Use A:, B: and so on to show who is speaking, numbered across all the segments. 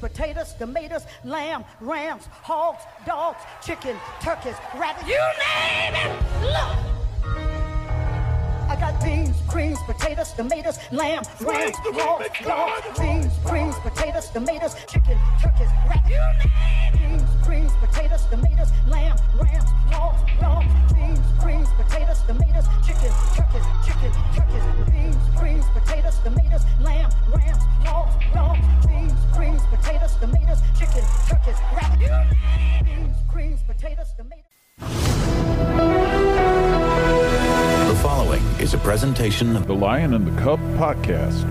A: potatoes, tomatoes, lamb, rams, hogs, dogs, chicken, turkeys, rabbits. You name it! Look! I got beans, greens, potatoes, tomatoes, lamb, rams,
B: the way
A: hogs,
B: that God
A: dogs, beans, greens, potatoes, tomatoes, chicken, turkeys, rabbits. You name it! Beans, greens, potatoes, tomatoes, lamb, rams, hogs, dogs, beans, greens, potatoes, tomatoes, chicken, turkeys, chicken, turkeys, beans, greens, potatoes, tomatoes, lamb, rams, hogs, dogs, beans, greens, potatoes, tomatoes, chicken, turkeys, rabbits. You name it! Beans, greens, potatoes, tomatoes.
C: The following is a presentation of
D: The Lion and the Cub podcast.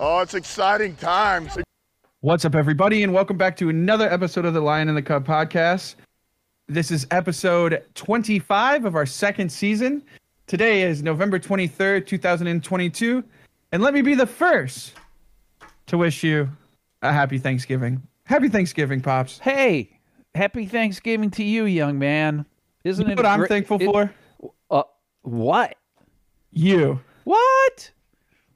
B: Oh, it's exciting times.
E: What's up, everybody, and welcome back to another episode of the Lion and the Cub podcast. This is episode 25 of our second season. Today is November 23rd, 2022. And let me be the first to wish you a happy Thanksgiving. Happy Thanksgiving, Pops.
F: Hey, happy Thanksgiving to you, young man. Isn't
E: You know
F: it
E: what
F: a
E: I'm
F: great-
E: thankful
F: it-
E: for?
F: Uh, what?
E: You.
F: What?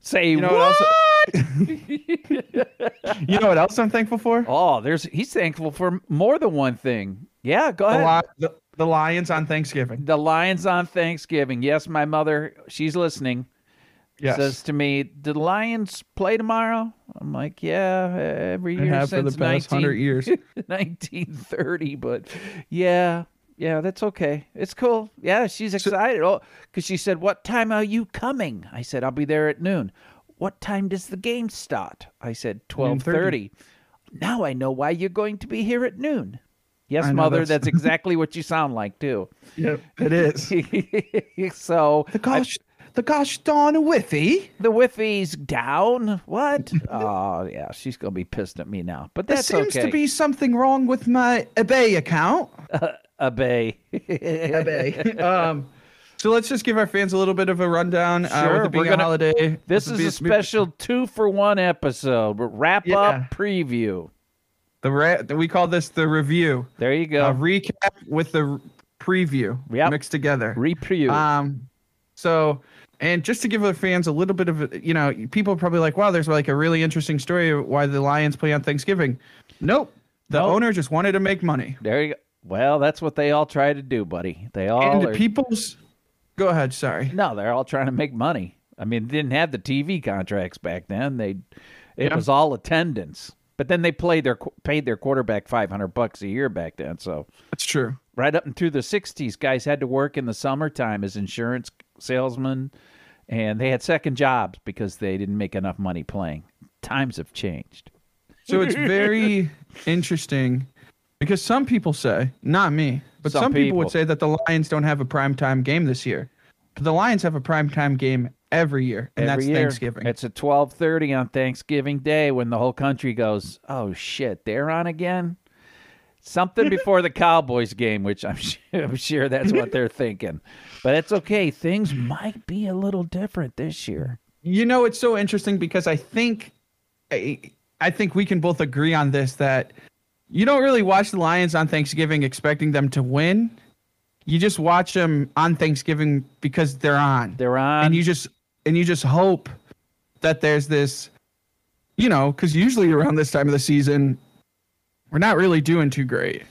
F: Say
E: You know
F: what?
E: what else? you know what else I'm thankful for?
F: oh, there's he's thankful for more than one thing. Yeah, go
E: The,
F: ahead.
E: li- the, the Lions on Thanksgiving.
F: the lions on Thanksgiving. Yes, my mother, she's listening.
E: Yes.
F: Says to me, "Do the Lions play tomorrow?" I'm like, "Yeah, every
E: They
F: year
E: have
F: since
E: for the past
F: 19
E: 100 years.
F: 1930, but yeah, yeah, that's okay. It's cool. Yeah, she's excited. Oh, 'cause she said, What time are you coming? I said, I'll be there at noon. What time does the game start? I said, 1230. Now I know why you're going to be here at noon. Yes,
E: I know,
F: mother,
E: that's-
F: that's... exactly what you sound like, too.
E: Yep, it is.
F: so
E: The gosh, the gosh darn whiffy.
F: the whiffy's down. What? oh, yeah, she's going to be pissed at me now. But that's
E: there seems
F: okay.
E: to be something wrong with my eBay account.
F: Obey.
E: eBay. um, so let's just give our fans a little bit of a rundown. uh,
F: Sure,
E: with it being
F: we're gonna-
E: a holiday.
F: This
E: with
F: is
E: it
F: a
E: being-
F: special two for one episode. But wrap
E: Yeah.
F: up preview.
E: The ra- we call this the review,
F: There you go.
E: a recap with the r- preview
F: Yep.
E: mixed together.
F: Repreview.
E: Um, so, and just to give the fans a little bit of, a- you know, people are probably like, wow, there's like a really interesting story of why the Lions play on Thanksgiving. Nope. The
F: Nope.
E: owner just wanted to make money.
F: there you go. Well, that's what they all try to do, buddy. They all
E: And
F: are-
E: people's. Go ahead. Sorry.
F: no, they're all trying to make money. I mean, they didn't have the TV contracts back then. They, it
E: Yeah.
F: was all attendance. But then they played their qu- paid their quarterback five hundred bucks a year back then. So
E: That's true.
F: right up into the 60s guys had to work in the summertime as insurance salesmen and they had second jobs because they didn't make enough money playing times have changed
E: So it's very interesting because some people say, not me, but some,
F: Some
E: people. would
F: people.
E: say that the Lions don't have a primetime game this year. But the Lions have a primetime game every year, and
F: Every
E: that's
F: year,
E: Thanksgiving.
F: it's at 12.30 on thanksgiving day when the whole country goes oh shit they're on again something before the cowboys game which I'm sure, I'm sure that's what they're thinking but it's okay things might be a little different this year
E: you know, it's so interesting because I think I, I think we can both agree on this that you don't really watch the Lions on Thanksgiving expecting them to win. You just watch them on Thanksgiving because they're on.
F: they're on
E: and you just and you just hope that there's this you know because usually around this time of the season we're not really doing too great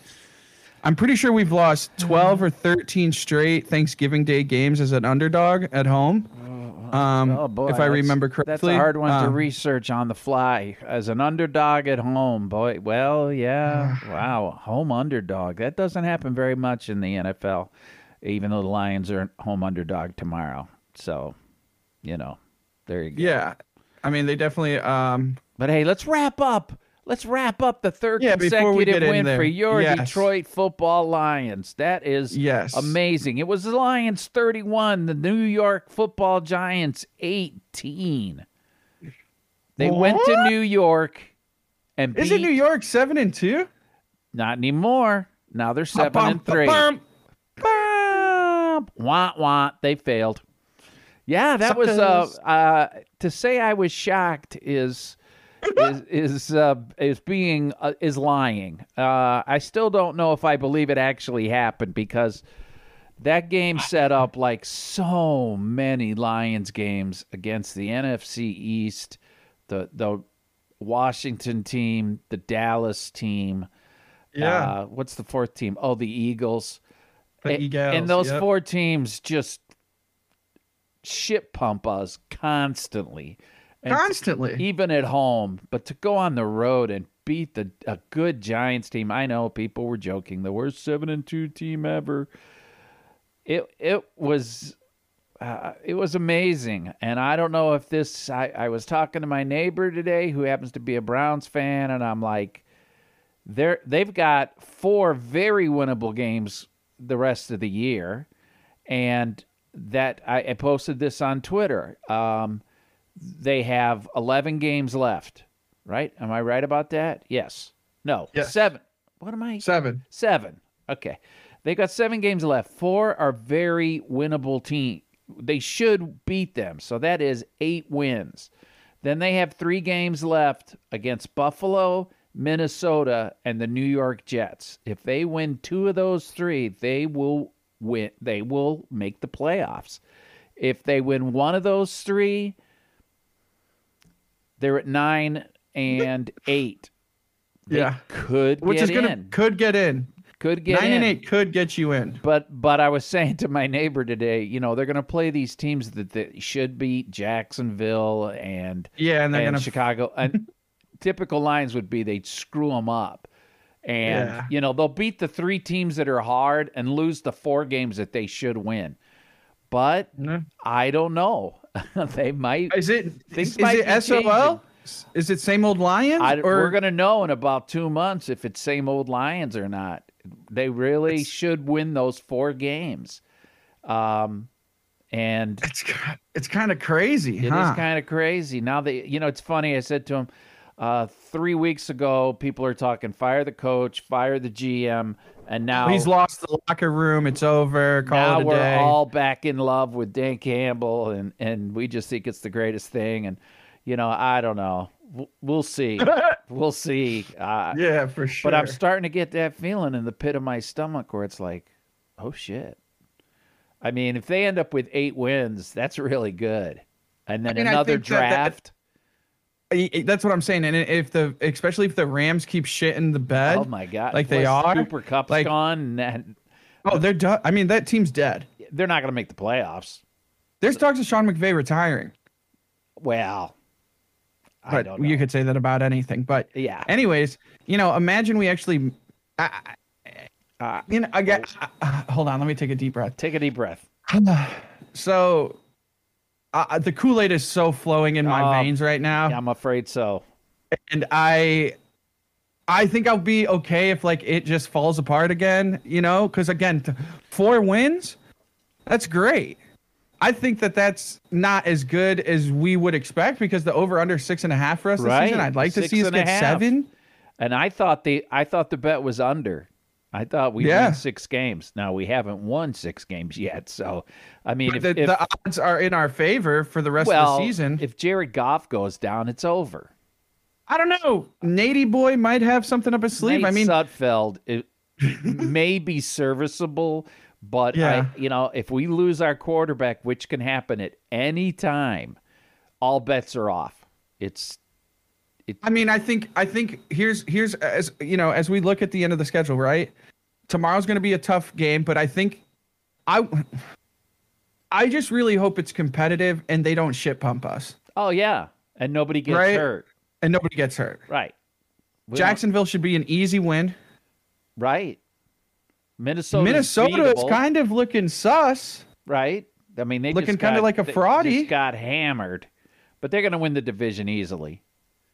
E: i'm pretty sure we've lost 12 or 13 straight thanksgiving day games as an underdog at home um,
F: Oh boy!
E: if i
F: that's-
E: remember
F: that's
E: correctly
F: a hard one to
E: Um,
F: research on the fly as an underdog at home. Boy, well, yeah, wow, home underdog. That doesn't happen very much in the NFL, even though the Lions are a home underdog tomorrow. So, you know, there you go.
E: yeah i mean they definitely um,
F: But hey, let's wrap up. Let's wrap up the third
E: Yeah, before we
F: consecutive
E: get in
F: win
E: there.
F: for your
E: Yes.
F: Detroit Football Lions. That is
E: Yes.
F: amazing. It was the Lions 31, the New York Football Giants 18. They went to New York and
E: Is it
F: beat-
E: New York seven and two?
F: Not anymore. Now they're seven and three.
E: Ba-bum.
F: Bum. Wah wah. They failed. Yeah, that was
E: Suckers.
F: uh, uh to say I was shocked is is is uh, is being uh, is lying. Uh, I still don't know if I believe it actually happened because that game set up like so many Lions games against the NFC East, the the Washington team, the Dallas team.
E: Yeah.
F: Uh, what's the fourth team? Oh, the Eagles.
E: The
F: A-
E: Eagles,
F: And those
E: yep.
F: four teams just shit pump us constantly. And
E: Constantly.
F: Even at home. But to go on the road and beat the a good Giants team, I know people were joking, the worst seven and two team ever. It it was uh, it was amazing. And I don't know if this, I, I was talking to my neighbor today who happens to be a Browns fan, and I'm like, they're, they've got four very winnable games the rest of the year. And that I, I posted this on Twitter. Um, they have 11 games left, right? Am I right about that? Yes. No,
E: Yes.
F: seven. What am I?
E: Seven.
F: Seven. Okay. They've got seven games left. Four are very winnable team. They should beat them. So that is eight wins. Then they have three games left against Buffalo, Minnesota, and the New York Jets. If they win two of those three, they will win they will make the playoffs. If they win one of those three, they're at nine and eight.
E: Yeah.
F: Could
E: Which
F: get
E: is gonna
F: in.
E: could get in.
F: could get
E: Nine
F: in.
E: and eight could get you in.
F: But but I was saying to my neighbor today, you know, they're going to play these teams that, that should beat Jacksonville and
E: Yeah, and they're gonna
F: Chicago. And typical lines would be they'd screw them up, and
E: Yeah.
F: you know they'll beat the three teams that are hard and lose the four games that they should win. But
E: No.
F: I don't know. they might.
E: Is it
F: Things
E: is
F: might be
E: it SOL? Is it same old Lions?
F: I,
E: or
F: we're going to know in about two months if it's same old Lions or not. They really should win those four games. Um, and
E: it's ki- it's kind of crazy,
F: it is
E: huh?
F: kind of crazy. Now that, you know, it's funny. I said to him uh, three weeks ago, people are talking fire the coach, fire the GM. And now
E: He's lost the locker room. It's over. Call
F: now
E: it a
F: we're
E: day.
F: all back in love with Dan Campbell, and and we just think it's the greatest thing. And you know, I don't know. W- We'll see. we'll see. Uh,
E: yeah, for sure.
F: But I'm starting to get that feeling in the pit of my stomach where it's like, oh shit. I mean, if they end up with eight wins, that's really good. And then
E: I mean, I
F: another
E: think that- that-
F: draft.
E: I- I- that's what I'm saying. And if the especially if the Rams keep shitting the bed,
F: oh my god!
E: like they
F: Plus
E: are,
F: Cooper Cup's
E: like-
F: gone, and
E: oh, they're done. I mean, that team's dead.
F: they're not going to make the playoffs.
E: There's talks of Sean McVay retiring.
F: Well, I
E: but
F: don't. Know.
E: you could say that about anything. But
F: Yeah.
E: Anyways, you know, imagine we actually, I, I-
F: Uh,
E: you know, I got. uh, hold on, let me take a deep breath.
F: take a deep breath.
E: So, uh, the Kool Aid is so flowing in my
F: Oh,
E: veins right now,
F: Yeah, I'm afraid so.
E: and I, I think I'll be okay if like it just falls apart again. You know, because again, th- four wins, that's great. I think that that's not as good as we would expect because the over under six and a half for us
F: Right,
E: this season. I'd like to
F: six
E: see us
F: and a
E: get
F: half.
E: seven.
F: And I thought the I thought the bet was under. I thought we
E: Yeah.
F: won six games. Now we haven't won six games yet. So I mean, if,
E: the,
F: if-
E: the odds are in our favor for the rest
F: well,
E: of the season.
F: if Jared Goff goes down, it's over.
E: I don't know. Nady boy might have something up his sleeve.
F: Nate
E: I mean,
F: Sudfeld it may be serviceable, but
E: Yeah.
F: I, you know, if we lose our quarterback, which can happen at any time, all bets are off. It's
E: I mean, I think, I think here's here's as you know, as we look at the end of the schedule, right? Tomorrow's going to be a tough game, but I think I, I just really hope it's competitive and they don't shit pump us
F: oh yeah, and nobody gets
E: Right.
F: hurt.
E: and nobody gets hurt.
F: Right. We don't-
E: Jacksonville should be an easy win.
F: Right. Minnesota.
E: Minnesota is kind of looking sus.
F: right. I mean, they
E: looking
F: just got-
E: kinda like a
F: they
E: fraudy.
F: just got hammered, but they're going to win the division easily.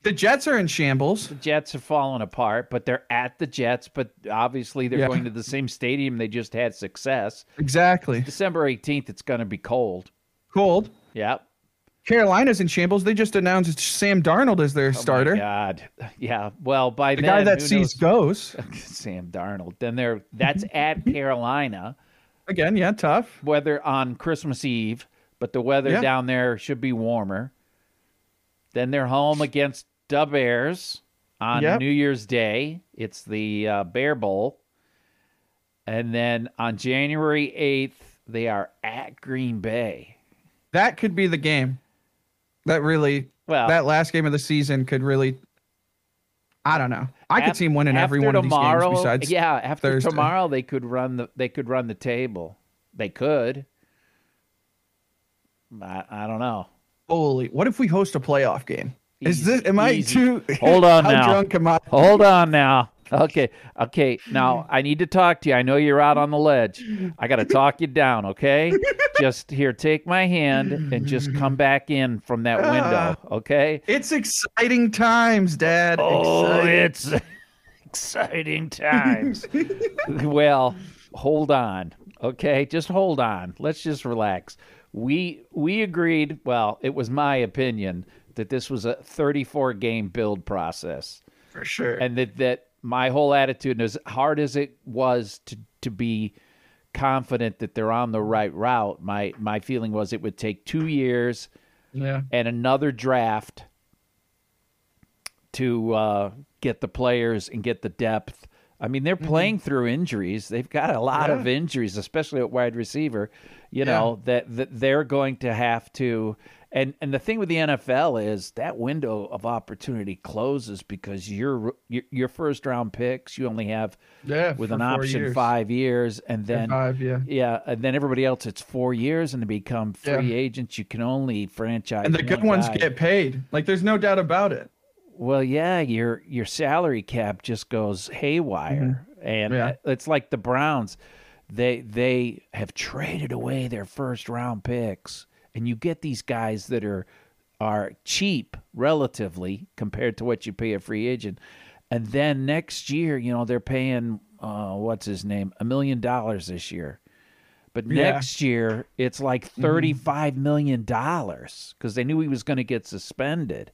E: The Jets are in shambles.
F: Jets are falling apart, but they're at the Jets. But obviously, they're
E: Yeah.
F: going to the same stadium they just had success.
E: Exactly.
F: December eighteenth, it's going to be cold.
E: Cold.
F: Yep. Oh
E: Carolina's in shambles. They just announced Sam Darnold as their starter.
F: Oh My God. Yeah. Well, by
E: The
F: then,
E: guy that
F: who
E: sees
F: knows?
E: goes
F: Sam Darnold. Then they're that's at Carolina,
E: again. Yeah, tough.
F: weather on Christmas Eve, but the weather
E: Yeah.
F: down there should be warmer. Then they're home against Dub Bears on
E: Yep.
F: New Year's Day. It's the uh, Bear Bowl. And then on January 8th, they are at Green Bay.
E: That could be the game. That really,
F: Well,
E: that last game of the season could really. I don't know. I could
F: Af-
E: see him winning every
F: after
E: one of these games
F: tomorrow-
E: besides
F: yeah. After
E: Thursday.
F: tomorrow, they could run the they could run the table. They could. I, I don't know.
E: Holy, what if we host a playoff game? Is
F: Easy,
E: this am I
F: easy.
E: too
F: Hold on
E: how
F: now.
E: drunk am I?
F: Hold on now. Okay, okay. Now I need to talk to you. I know you're out on the ledge. I got to talk you down. Okay, just here, take my hand and just come back in from that window. Okay.
E: It's exciting times, Dad.
F: Oh,
E: Exciting.
F: it's exciting times. well, hold on. Okay, just hold on. Let's just relax. We we agreed, well, it was my opinion that this was a 34 game build process
E: for sure.
F: and that that my whole attitude and as hard as it was to to be confident that they're on the right route, my my feeling was it would take 2 years
E: yeah.
F: and another draft to uh, get the players and get the depth. I mean, they're
E: Mm-hmm.
F: playing through injuries. They've got a lot of injuries, especially at wide receiver. You know that, that they're going to have to. And and the thing with the NFL is that window of opportunity closes because your your, your first round picks you only have
E: Yeah,
F: with
E: for
F: an
E: four
F: option
E: years.
F: five years, and then
E: Five, yeah.
F: yeah, and then everybody else it's four years, and they become free agents. You can only franchise
E: And the
F: one
E: good ones
F: guy.
E: get paid. Like there's no doubt about it.
F: Well, yeah, your your salary cap just goes haywire, and
E: Mm-hmm. Yeah.
F: it's like the Browns. They they have traded away their first round picks, and you get these guys that are are cheap relatively compared to what you pay a free agent, and then next year, you know, they're paying uh, what's his name a million dollars this year. But
E: Yeah. Mm-hmm.
F: next year, it's like thirty-five million dollars because they knew he was going to get suspended,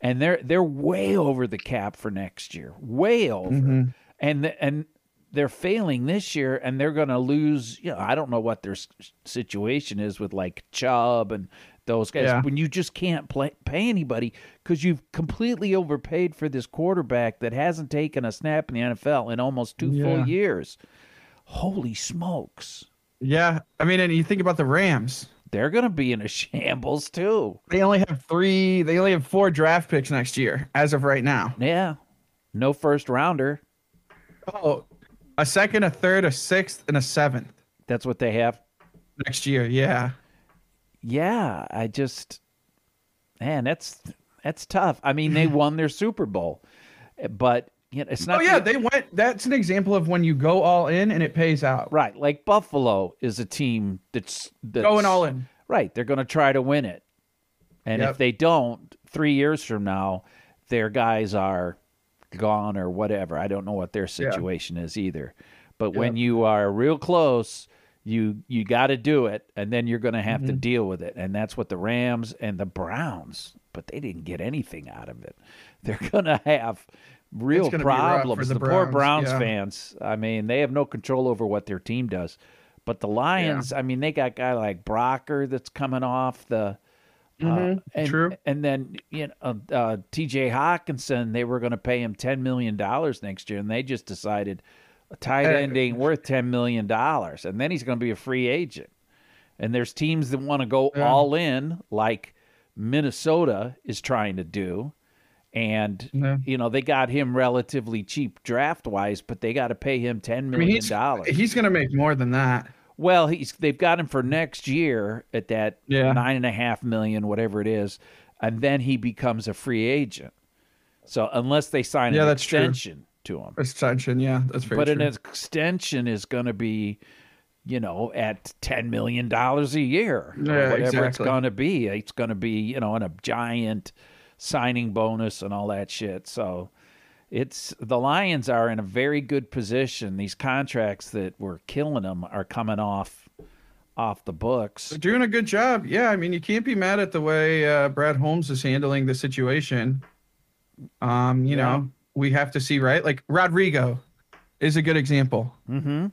F: and they're they're way over the cap for next year, way over,
E: Mm-hmm.
F: and the, and they're failing this year, and they're going to lose. You know, I don't know what their s- situation is with like Chubb and those guys
E: Yeah.
F: when you just can't play, pay anybody because you've completely overpaid for this quarterback that hasn't taken a snap in the NFL in almost two
E: Yeah.
F: full years. Holy smokes!
E: Yeah. I mean, and you think about the Rams.
F: they're going to be in a shambles too.
E: They only have three they only have four draft picks next year, as of right now.
F: Yeah. No first rounder.
E: Oh. A second, a third, a sixth, and a seventh
F: That's what they have.
E: next year. Yeah.
F: Yeah, I just man, that's that's tough. I mean, they won their Super Bowl. But you know, it's not
E: Oh yeah, they went that's an example of when you go all in and it pays out.
F: right. Like Buffalo is a team that's, that's
E: Going all in.
F: Right. They're going to try to win it. And if
E: Yep.
F: they don't, three years from now, their guys are gone or whatever. I don't know what their situation is either. But when you are real close, you you got to do it, and then you're going to have to deal with it. And that's what the Rams and the Browns. But they didn't get anything out of it. They're going to have real
E: gonna be rough for
F: problems.
E: the
F: The, poor
E: Browns,
F: Browns
E: yeah.
F: fans. I mean, they have no control over what their team does. But the Lions, I mean, they got a guy like Brocker that's coming off the. Uh, and,
E: Mm-hmm. true.
F: And then you know, uh, uh, T.J. Hawkinson, they were going to pay him ten million dollars next year, and they just decided a tight
E: Eh.
F: end ain't worth ten million dollars, and then he's going to be a free agent. And there's teams that want to go all in, like Minnesota is trying to do, and
E: Yeah.
F: you know they got him relatively cheap draft wise, but they got to pay him ten
E: I mean,
F: million
E: he's,
F: dollars.
E: he's gonna make more than that.
F: Well, he's they've got him for next year at that
E: Yeah.
F: nine and a half million, whatever it is, and then he becomes a free agent. So unless they sign
E: Yeah,
F: an
E: that's true.
F: extension to him,
E: Extension, yeah. That's very
F: but
E: true.
F: an extension is going to be, you know, at ten million dollars a year, or
E: Yeah,
F: whatever it's
E: exactly.
F: going to be. It's going to be, you know, in a giant signing bonus and all that shit. So it's the Lions are in a very good position. These contracts that were killing them are coming off off the books.
E: They're doing a good job. Yeah, I mean, you can't be mad at the way uh, Brad Holmes is handling the situation. Um, you know, we have to see, right? Like Rodrigo is a good example. Mm-hmm.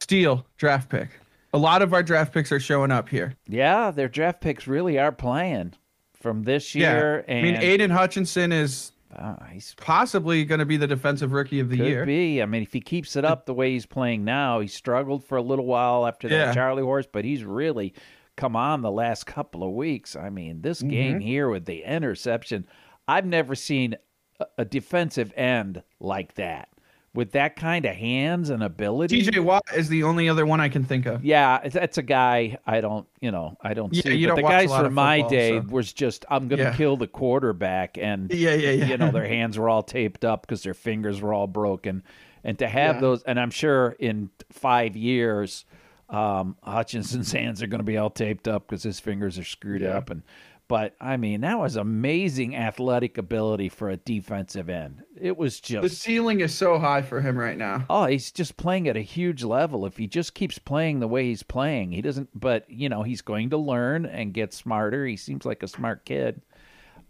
E: Steal draft pick. A lot of our draft picks are showing up here.
F: Yeah, their draft picks really are playing from this year.
E: yeah,
F: And
E: I mean, Aiden Hutchinson is
F: Wow, he's
E: possibly going to be the defensive rookie of the
F: Could
E: year.
F: be. I mean, if he keeps it up the way he's playing now, he struggled for a little while after that
E: Yeah.
F: Charlie horse, but he's really come on the last couple of weeks. I mean, this game
E: Mm-hmm.
F: here with the interception, I've never seen a- a defensive end like that with that kind of hands and ability.
E: TJ Watt is the only other one I can think of.
F: Yeah, it's- that's a guy I don't, you know, I don't
E: Yeah,
F: see.
E: you
F: but
E: don't
F: the
E: watch a
F: guys
E: lot
F: from
E: of
F: my
E: football,
F: day
E: so.
F: was just, I'm going to
E: Yeah.
F: kill the quarterback, and
E: Yeah, yeah, yeah.
F: you know, their hands were all taped up because their fingers were all broken, and to have those, and I'm sure in five years, um, Hutchinson's hands are going to be all taped up because his fingers are screwed up, and but I mean, that was amazing athletic ability for a defensive end. It was just
E: The ceiling is so high for him right now.
F: Oh, he's just playing at a huge level. If he just keeps playing the way he's playing, he doesn't. But you know, he's going to learn and get smarter. He seems like a smart kid.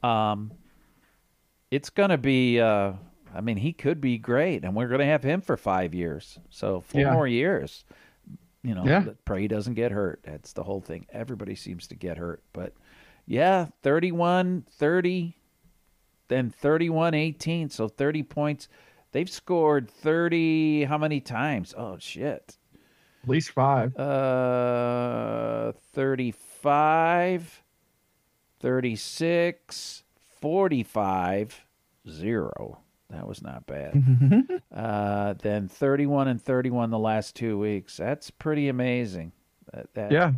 F: Um, it's gonna be. Uh, I mean, he could be great, and we're gonna have him for five years. So four
E: Yeah.
F: more years. You know,
E: Yeah.
F: but pray he doesn't get hurt. That's the whole thing. Everybody seems to get hurt, but yeah, 31, 30, then 31 18 so 30 points they've scored 30 how many times oh shit
E: At least five.
F: uh 35 36 45 0 that was not bad uh then 31 and 31 the last two weeks that's pretty amazing that, that,
E: Yeah.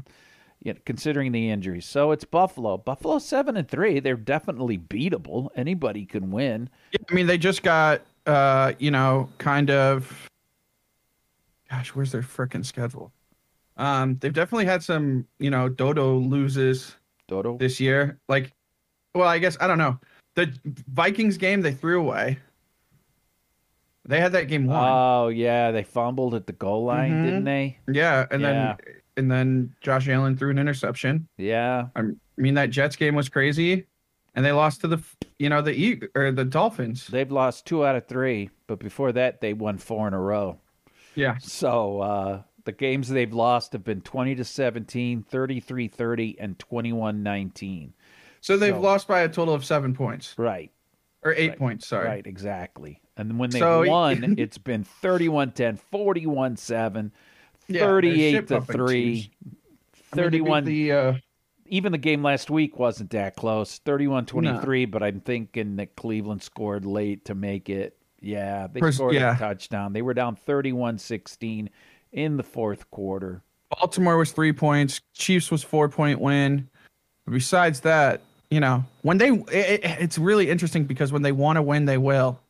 F: you know, considering the injuries. So it's Buffalo. Buffalo seven and three. They're definitely beatable. Anybody can win.
E: I mean, they just got, uh, you know, kind of. Gosh, where's their frickin' schedule? Um, they've definitely had some, you know, Dodo loses
F: Dodo.
E: this year. Like, well, I guess I don't know. The Vikings game they threw away. They had that game won.
F: Oh yeah, they fumbled at the goal line,
E: Mhm.
F: didn't they?
E: yeah, and
F: yeah.
E: then and then Josh Allen threw an interception.
F: Yeah.
E: I mean, that Jets game was crazy, and they lost to the, you know, the Eag- or the Dolphins.
F: They've lost two out of three, but before that they won four in a row.
E: Yeah,
F: So uh the games they've lost have been 20 to 17, 33 30, and 21 19.
E: so they've
F: So-
E: lost by a total of seven points
F: Right,
E: or eight
F: Right.
E: points. Sorry.
F: right, exactly. And when they
E: So-
F: won, it's been 31 10, 41 7,
E: Yeah, they're
F: 38 to
E: shit-pumping
F: 3,
E: teams. I mean, they beat
F: 31
E: The uh,
F: even the game last week wasn't that close 31 23 but i'm thinking that cleveland scored late to make it yeah they
E: Pers-
F: scored
E: yeah.
F: a touchdown they were down 31 16 in the fourth quarter
E: Baltimore was three points. Chiefs was four point win. But besides that, you know, when they, it, it- it's really interesting because when they want to win, they will,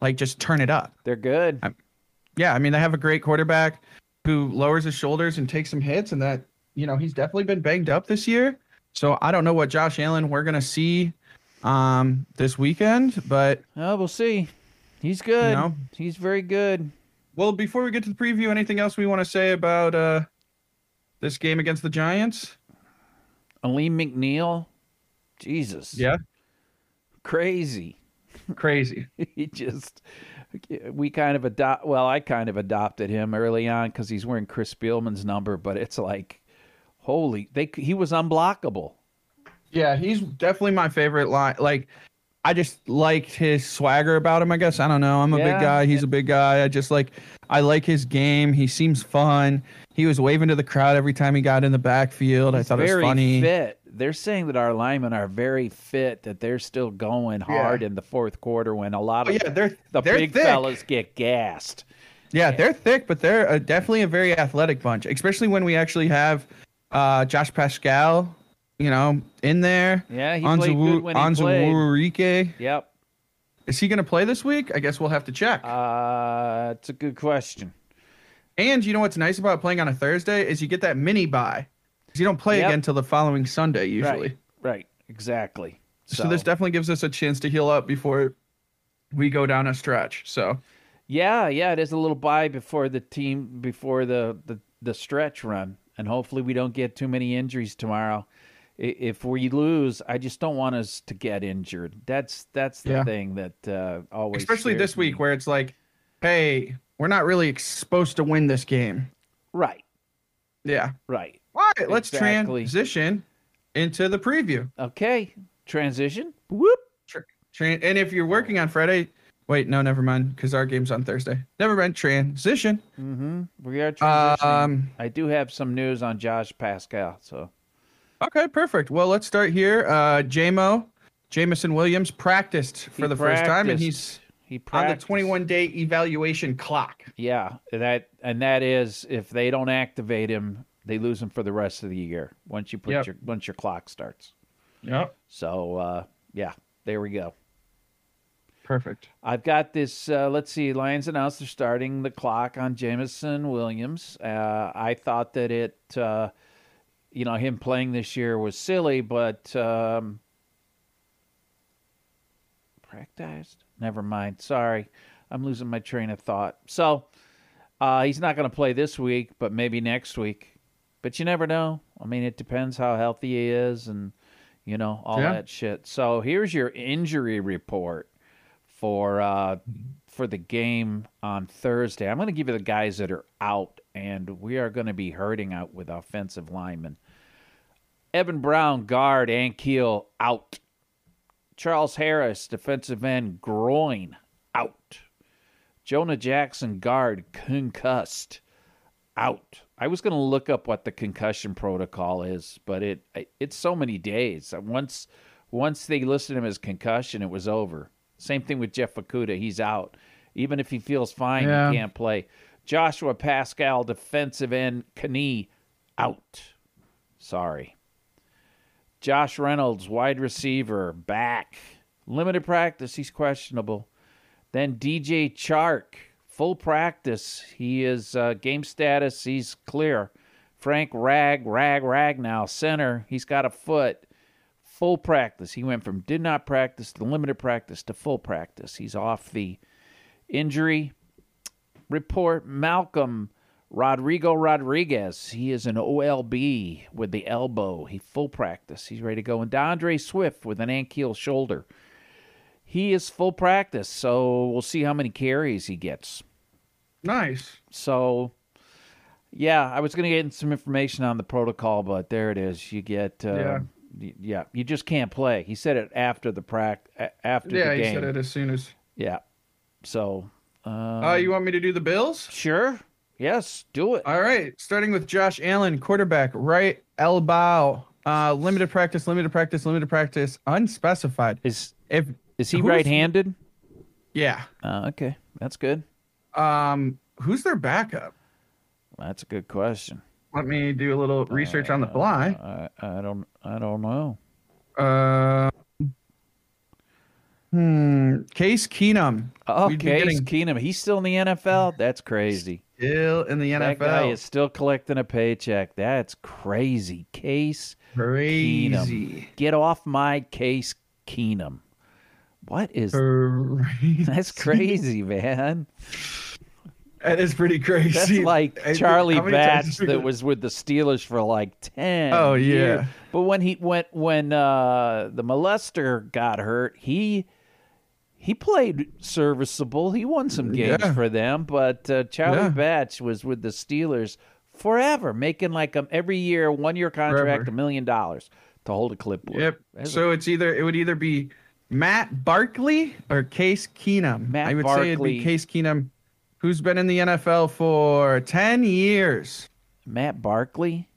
E: like just turn it up.
F: they're good
E: Yeah, I mean they have a great quarterback who lowers his shoulders and takes some hits, and that you know he's definitely been banged up this year. So I don't know what Josh Allen we're gonna see um, this weekend, but
F: oh we'll see he's good
E: You know?
F: he's very good
E: well, before we get to the preview, anything else we want to say about uh, this game against the Giants?
F: aline mcneil jesus crazy
E: crazy.
F: he just we kind of adopt well i kind of adopted him early on because he's wearing chris spielman's number but it's like holy they he was unblockable
E: Yeah, he's definitely my favorite line. Like, I just liked his swagger about him. I guess I don't know. I'm a
F: Yeah.
E: big guy. He's a big guy. I just like, I like his game. He seems fun. He was waving to the crowd every time he got in the backfield. I thought it was
F: very
E: funny.
F: fit they're saying that our linemen are very fit that they're still going hard in the fourth quarter when a lot
E: Oh,
F: of
E: yeah, they're-
F: the
E: they're
F: big
E: thick.
F: fellas get gassed
E: Yeah, they're thick, but they're uh definitely a very athletic bunch, especially when we actually have uh, Josh Pascal, you know, in there.
F: Yeah, he played good when he played.
E: Anzuwurike.
F: yep
E: Is he going to play this week? I guess we'll have to check.
F: uh it's a good question
E: And you know what's nice about playing on a Thursday is you get that mini buy. 'Cause You don't play
F: Yep.
E: again till the following Sunday usually.
F: right right exactly
E: So. this definitely gives us a chance to heal up before we go down a stretch. So
F: Yeah, yeah, it is a little bye before the team before the the, the stretch run. and hopefully we don't get too many injuries tomorrow. I- If we lose, I just don't want us to get injured. That's that's the
E: Yeah.
F: thing that uh, always,
E: especially
F: scares
E: this week
F: me.
E: where it's like, hey, we're not really supposed to win this game.
F: right,
E: Yeah.
F: right,
E: All right, let's
F: Exactly.
E: transition into the preview.
F: okay, transition. Whoop.
E: Tran- and if you're working on Friday, wait, no, never mind, because our game's on Thursday. Never mind, transition.
F: Mm-hmm. We are transitioning.
E: Um,
F: I do have some news on Josh Pascal. So
E: okay, perfect. Well, let's start here. Uh, JMO, Jamison Williams practiced for
F: He
E: the first time, and he's
F: practiced. he
E: on the 21 day evaluation clock.
F: Yeah, that and that is if they don't activate him, they lose him for the rest of the year. Once you put
E: Yep.
F: your once your clock starts.
E: Yep,
F: So uh, yeah, there we go.
E: perfect.
F: I've got this. Uh, let's see. Lions announced they're starting the clock on Jamison Williams. Uh, I thought that it, uh, you know, him playing this year was silly, but um, practiced. Never mind. Sorry, I'm losing my train of thought. So uh, he's not going to play this week, but maybe next week. But you never know. I mean, it depends how healthy he is, and you know all
E: Yeah.
F: that shit. So here's your injury report for uh for the game on Thursday. I'm going to give you the guys that are out, and we are going to be hurting out with offensive linemen. Evan Brown, guard, and keel out. Charles Harris, defensive end, groin out. Jonah Jackson, guard, concussed out. I was going to look up what the concussion protocol is, but it it's so many days. Uh, Once once they listed him as concussion, it was over. Same thing with Jeff Okuda. He's out. Even if he feels fine,
E: Yeah.
F: he can't play. Joshua Pascal, defensive end, Knie, out. Sorry. Josh Reynolds, wide receiver, back. Limited practice, he's questionable. Then DJ Chark, full practice. He is uh, game status, he's clear. Frank Rag, Rag, Rag now, center. He's got a foot. Full practice. He went from did not practice to limited practice to full practice. He's off the injury report Malcolm Rodrigo Rodriguez. He is an OLB with the elbow. He full practice. He's ready to go. And Dondre Swift with an ankle shoulder. He is full practice, so we'll see how many carries he gets.
E: Nice.
F: So, yeah, I was going to get some information on the protocol, but there it is. You get, uh,
E: Yeah.
F: yeah. yeah, you just can't play. He said it after the prac a- after
E: Yeah,
F: the
E: he
F: game.
E: said it as soon as.
F: Yeah, so um,
E: Uh, you want me to do the Bills?
F: sure, yes, do it.
E: All right, starting with Josh Allen, quarterback, right elbow. Uh, limited practice, limited practice, limited practice, unspecified.
F: Is
E: If
F: Is he
E: Who's-
F: right-handed?
E: yeah,
F: Uh, okay, that's good.
E: um, who's their backup?
F: That's a good question.
E: Let me do a little research on the fly.
F: I, I don't I don't know.
E: Uh, hmm, Case Keenum,
F: Oh,
E: We'd be
F: Case
E: getting-
F: Keenum, he's still in the NFL. That's crazy.
E: ill in the
F: That guy
E: NFL.
F: is still collecting a paycheck. That's crazy. Case
E: crazy,
F: Keenum, get off my Case Keenum. What is
E: crazy.
F: that's crazy, man?
E: That is pretty crazy.
F: That's like
E: I-
F: Charlie
E: how many times
F: Batch
E: did we
F: that
E: do-
F: was with the Steelers for like ten.
E: Oh, yeah.
F: years. But when he went when uh, the molester got hurt, he he played serviceable. He won some games
E: Yeah.
F: for them. But uh, Charlie
E: Yeah.
F: Batch was with the Steelers forever, making like um, every year one year contract,
E: Forever.
F: a million dollars to hold a clipboard.
E: Yep.
F: That's a-
E: So it's either it would either be Matt Barkley or Case Keenum.
F: Matt
E: I would say it'd
F: Barkley.
E: be Case Keenum, who's been in the NFL for ten years.
F: Matt Barkley.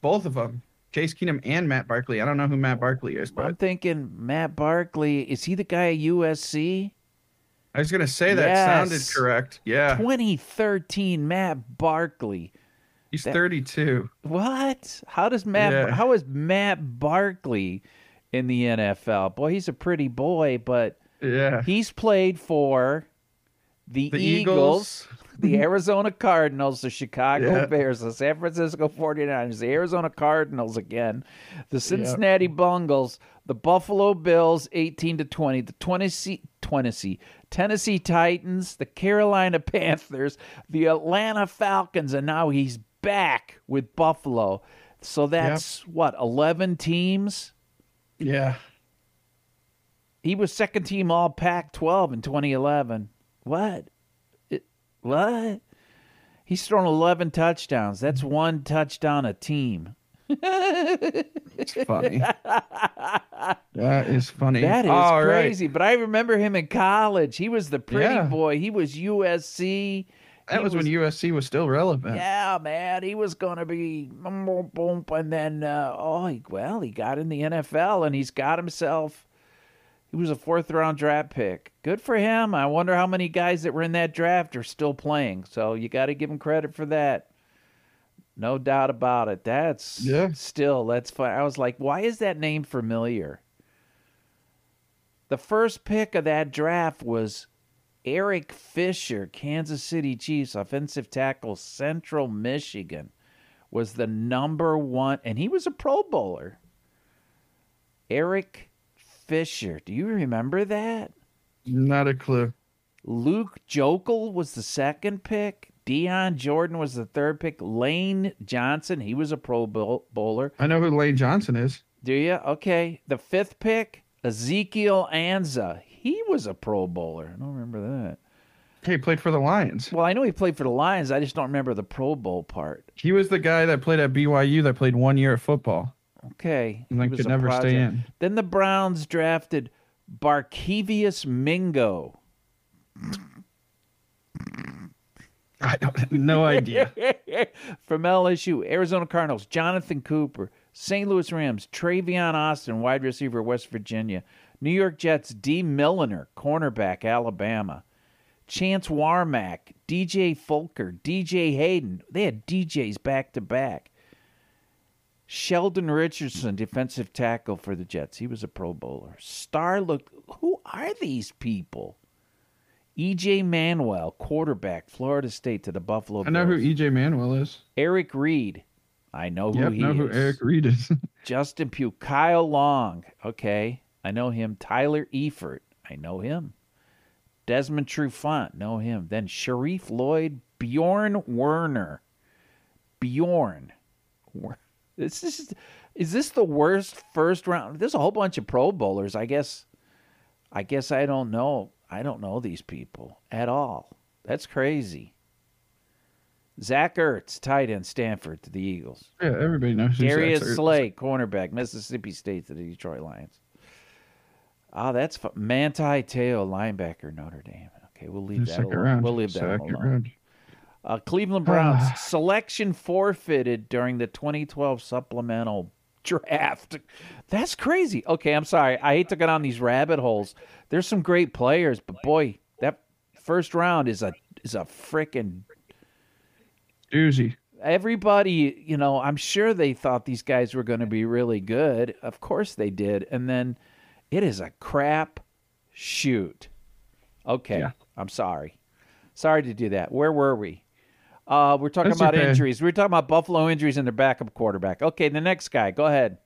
E: Both of them, Case Keenum and Matt Barkley. I don't know who Matt Barkley is,
F: I'm
E: but
F: thinking Matt Barkley. Is he the guy at USC?
E: I was gonna say that sounded
F: Yes.
E: correct. Yeah,
F: 2013 Matt Barkley.
E: he's thirty-two.
F: What? How does Matt?
E: Yeah.
F: How is Matt Barkley in the NFL? Boy, he's a pretty boy, but
E: Yeah,
F: he's played for the,
E: the
F: Eagles,
E: Eagles.
F: the Arizona Cardinals, the Chicago
E: Yeah.
F: Bears, the San Francisco 49ers, the Arizona Cardinals again, the Cincinnati Bungles, the Buffalo Bills 18 to 20, the 20 Tennessee, Tennessee Titans, the Carolina Panthers, the Atlanta Falcons, and now he's back with Buffalo. So that's what, 11 teams?
E: Yeah.
F: He was second team all Pac 12 in 2011. What? It- what? He's thrown 11 touchdowns. That's one touchdown a team.
E: It's funny. that is funny.
F: That is
E: All right.
F: crazy. But I remember him in college. He was the pretty
E: Yeah.
F: boy. He was USC.
E: That
F: He
E: was, when USC was still relevant.
F: Yeah, man, he was gonna be, boom, boom, and then uh, oh, he, well, he got in the NFL, and he's got himself. He was a fourth round draft pick. Good for him. I wonder how many guys that were in that draft are still playing. So you got to give him credit for that. No doubt about it. That's
E: Yeah.
F: still that's fun. I was like, why is that name familiar? The first pick of that draft was Eric Fisher, Kansas City Chiefs offensive tackle, Central Michigan, was the number one, and he was a Pro Bowler. Eric Fisher, do you remember that?
E: Not a clue.
F: Luke Jokel was the second pick. Deion Jordan was the third pick. Lane Johnson, he was a Pro Bowl- Bowler.
E: I know who Lane Johnson is.
F: Do you? Okay. The fifth pick, Ezekiel Anza. He was a Pro Bowler. I don't remember that.
E: Hey, he played for the Lions.
F: Well, I know he played for the Lions. I just don't remember the Pro Bowl part.
E: He was the guy that played at BYU that played one year of football.
F: Okay.
E: And then
F: he was
E: could
F: a
E: never stay
F: project.
E: in.
F: Then the Browns drafted Barkevius Mingo.
E: I don't no idea.
F: from LSU, Arizona Cardinals, Jonathan Cooper, St. Louis Rams, Travion Austin, wide receiver, West Virginia, New York Jets, D. Milliner, cornerback, Alabama, Chance Warmack, DJ Fulker, DJ Hayden. They had DJs back to back. Sheldon Richardson, defensive tackle for the Jets. He was a Pro Bowler. Star looked. Who are these people? EJ Manuel, quarterback, Florida State to the Buffalo
E: I know who
F: Bills.
E: EJ Manuel is.
F: Eric Reed. I know who
E: yep,
F: he
E: know
F: is.
E: who Eric Reed is.
F: Justin Pugh. Kyle Long. Okay. I know him. Tyler Efert. I know him. Desmond Trufant. Know him. Then Sharif Lloyd. Bjorn Werner. Bjorn. Wer- This is is this the worst first round? There's a whole bunch of Pro Bowlers. I guess I guess I don't know. I don't know these people at all. That's crazy. Zach Ertz, tight end, Stanford to the Eagles.
E: yeah, everybody knows who
F: Darius
E: Zach Ertz is.
F: Slay, cornerback, Mississippi State to the Detroit Lions. Ah, that's fu- Manti Te'o, linebacker, Notre Dame. Okay, we'll leave that
E: Second
F: alone.
E: round.
F: We'll leave that one
E: Second
F: alone.
E: round.
F: Uh, Cleveland Browns selection forfeited during the 2012 supplemental draft. That's crazy. Okay, I'm sorry. I hate to get on these rabbit holes. There's some great players, but boy, that first round is a is a freaking
E: Doozy.
F: everybody, you know, I'm sure they thought these guys were going to be really good. Of course they did. And then it is a crap shoot. Okay.
E: Yeah.
F: I'm sorry. Sorry to do that. Where were we? Uh, we're talking
E: That's
F: about
E: okay.
F: injuries. We were talking about Buffalo injuries and their backup quarterback. Okay, the next guy. Go ahead.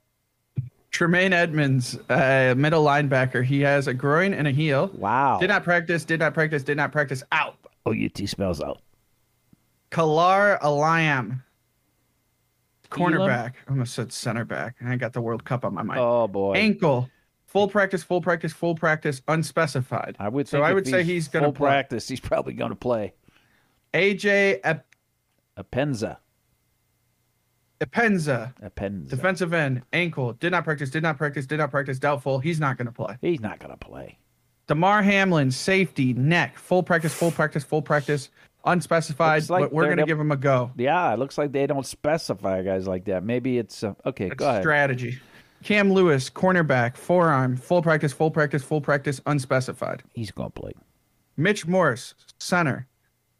E: Tremaine Edmonds, uh, middle linebacker. He has a groin and a heel.
F: Wow.
E: Did not practice, did not practice, did not practice. Out.
F: OUT Oh, smells out.
E: Kalar Aliam. Cornerback. I almost said center back. And I got the World Cup on my mind.
F: Oh, boy.
E: Ankle. Full practice, full practice, full practice, unspecified.
F: I would
E: so
F: think
E: I
F: if
E: would say he's going to
F: full
E: play.
F: practice. He's probably going to play.
E: AJ Ep-
F: Apenza.
E: Epenza,
F: Apenza.
E: defensive end, ankle, did not practice, did not practice, did not practice, doubtful. He's not going to play.
F: He's not going to play.
E: Damar Hamlin, safety, neck, full practice, full practice, full practice, unspecified,
F: Looks like
E: but we're going to
F: they're-
E: give him a go.
F: Yeah, it looks like they don't specify guys like that. Maybe it's uh, okay.
E: That's
F: go ahead.
E: strategy. Cam Lewis, cornerback, forearm, full practice, full practice, full practice, unspecified.
F: He's gonna play.
E: Mitch Morris, center,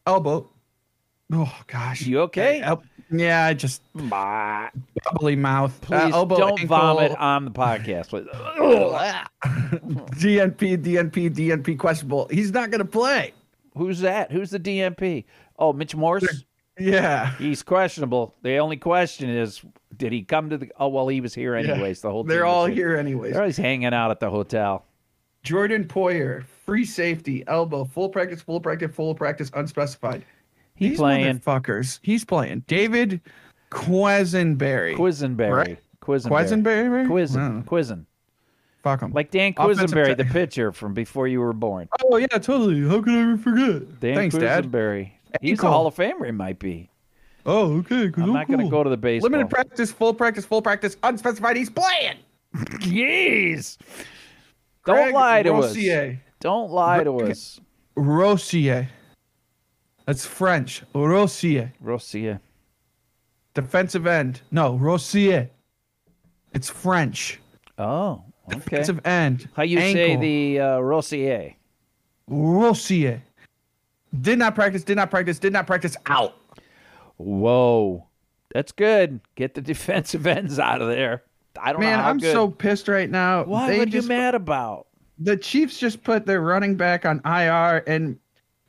E: elbow. Oh, gosh.
F: You okay?
E: El- yeah, I just
F: Bah.
E: bubbly mouth. Uh,
F: Please
E: elbow,
F: don't
E: ankle,
F: vomit on the podcast. please.
E: DNP, DNP, DNP, questionable. He's not going to play.
F: Who's that? Who's the DMP? Oh, Mitch Morse.
E: Yeah.
F: He's questionable. The only question is, did he come to the? Oh, well, he was here
E: Yeah.
F: anyways. The whole
E: They're
F: team was
E: all here anyways.
F: They're always hanging out at the hotel.
E: Jordan Poyer, free safety, elbow, full practice, full practice, full practice, unspecified.
F: He
E: These
F: playing
E: motherfuckers. He's playing David Quisenberry.
F: Quisenberry.
E: Right?
F: Quisenberry.
E: Quisenberry.
F: Quizen.
E: Wow.
F: Quizen.
E: Fuck him.
F: Like Dan
E: Offensive
F: Quisenberry,
E: ta-
F: the pitcher from before you were born.
E: oh yeah, totally. How could I ever forget?
F: Dan
E: Thanks, Dad.
F: Quisenberry. He's a
E: Cole.
F: Hall of Famer. He might be.
E: Oh okay. 'cause
F: I'm not going to
E: cool.
F: go to the baseball.
E: Limited practice, full practice, full practice, unspecified. He's playing.
F: Jeez. Don't
E: Craig
F: lie to us.
E: Rossier.
F: Don't lie to us.
E: Rossier. That's French. Rossier.
F: Rossier.
E: Defensive end. No, Rossier. It's French.
F: Oh, okay.
E: Defensive end.
F: How you say
E: Ankle.
F: the uh, Rossier?
E: Rossier. Did not practice, did not practice, did not practice out.
F: Whoa. That's good. Get the defensive ends out of there. I don't
E: Man,
F: know how
E: I'm
F: good.
E: so pissed right now.
F: Why
E: They
F: would
E: just-
F: you mad about?
E: The Chiefs just put their running back on IR and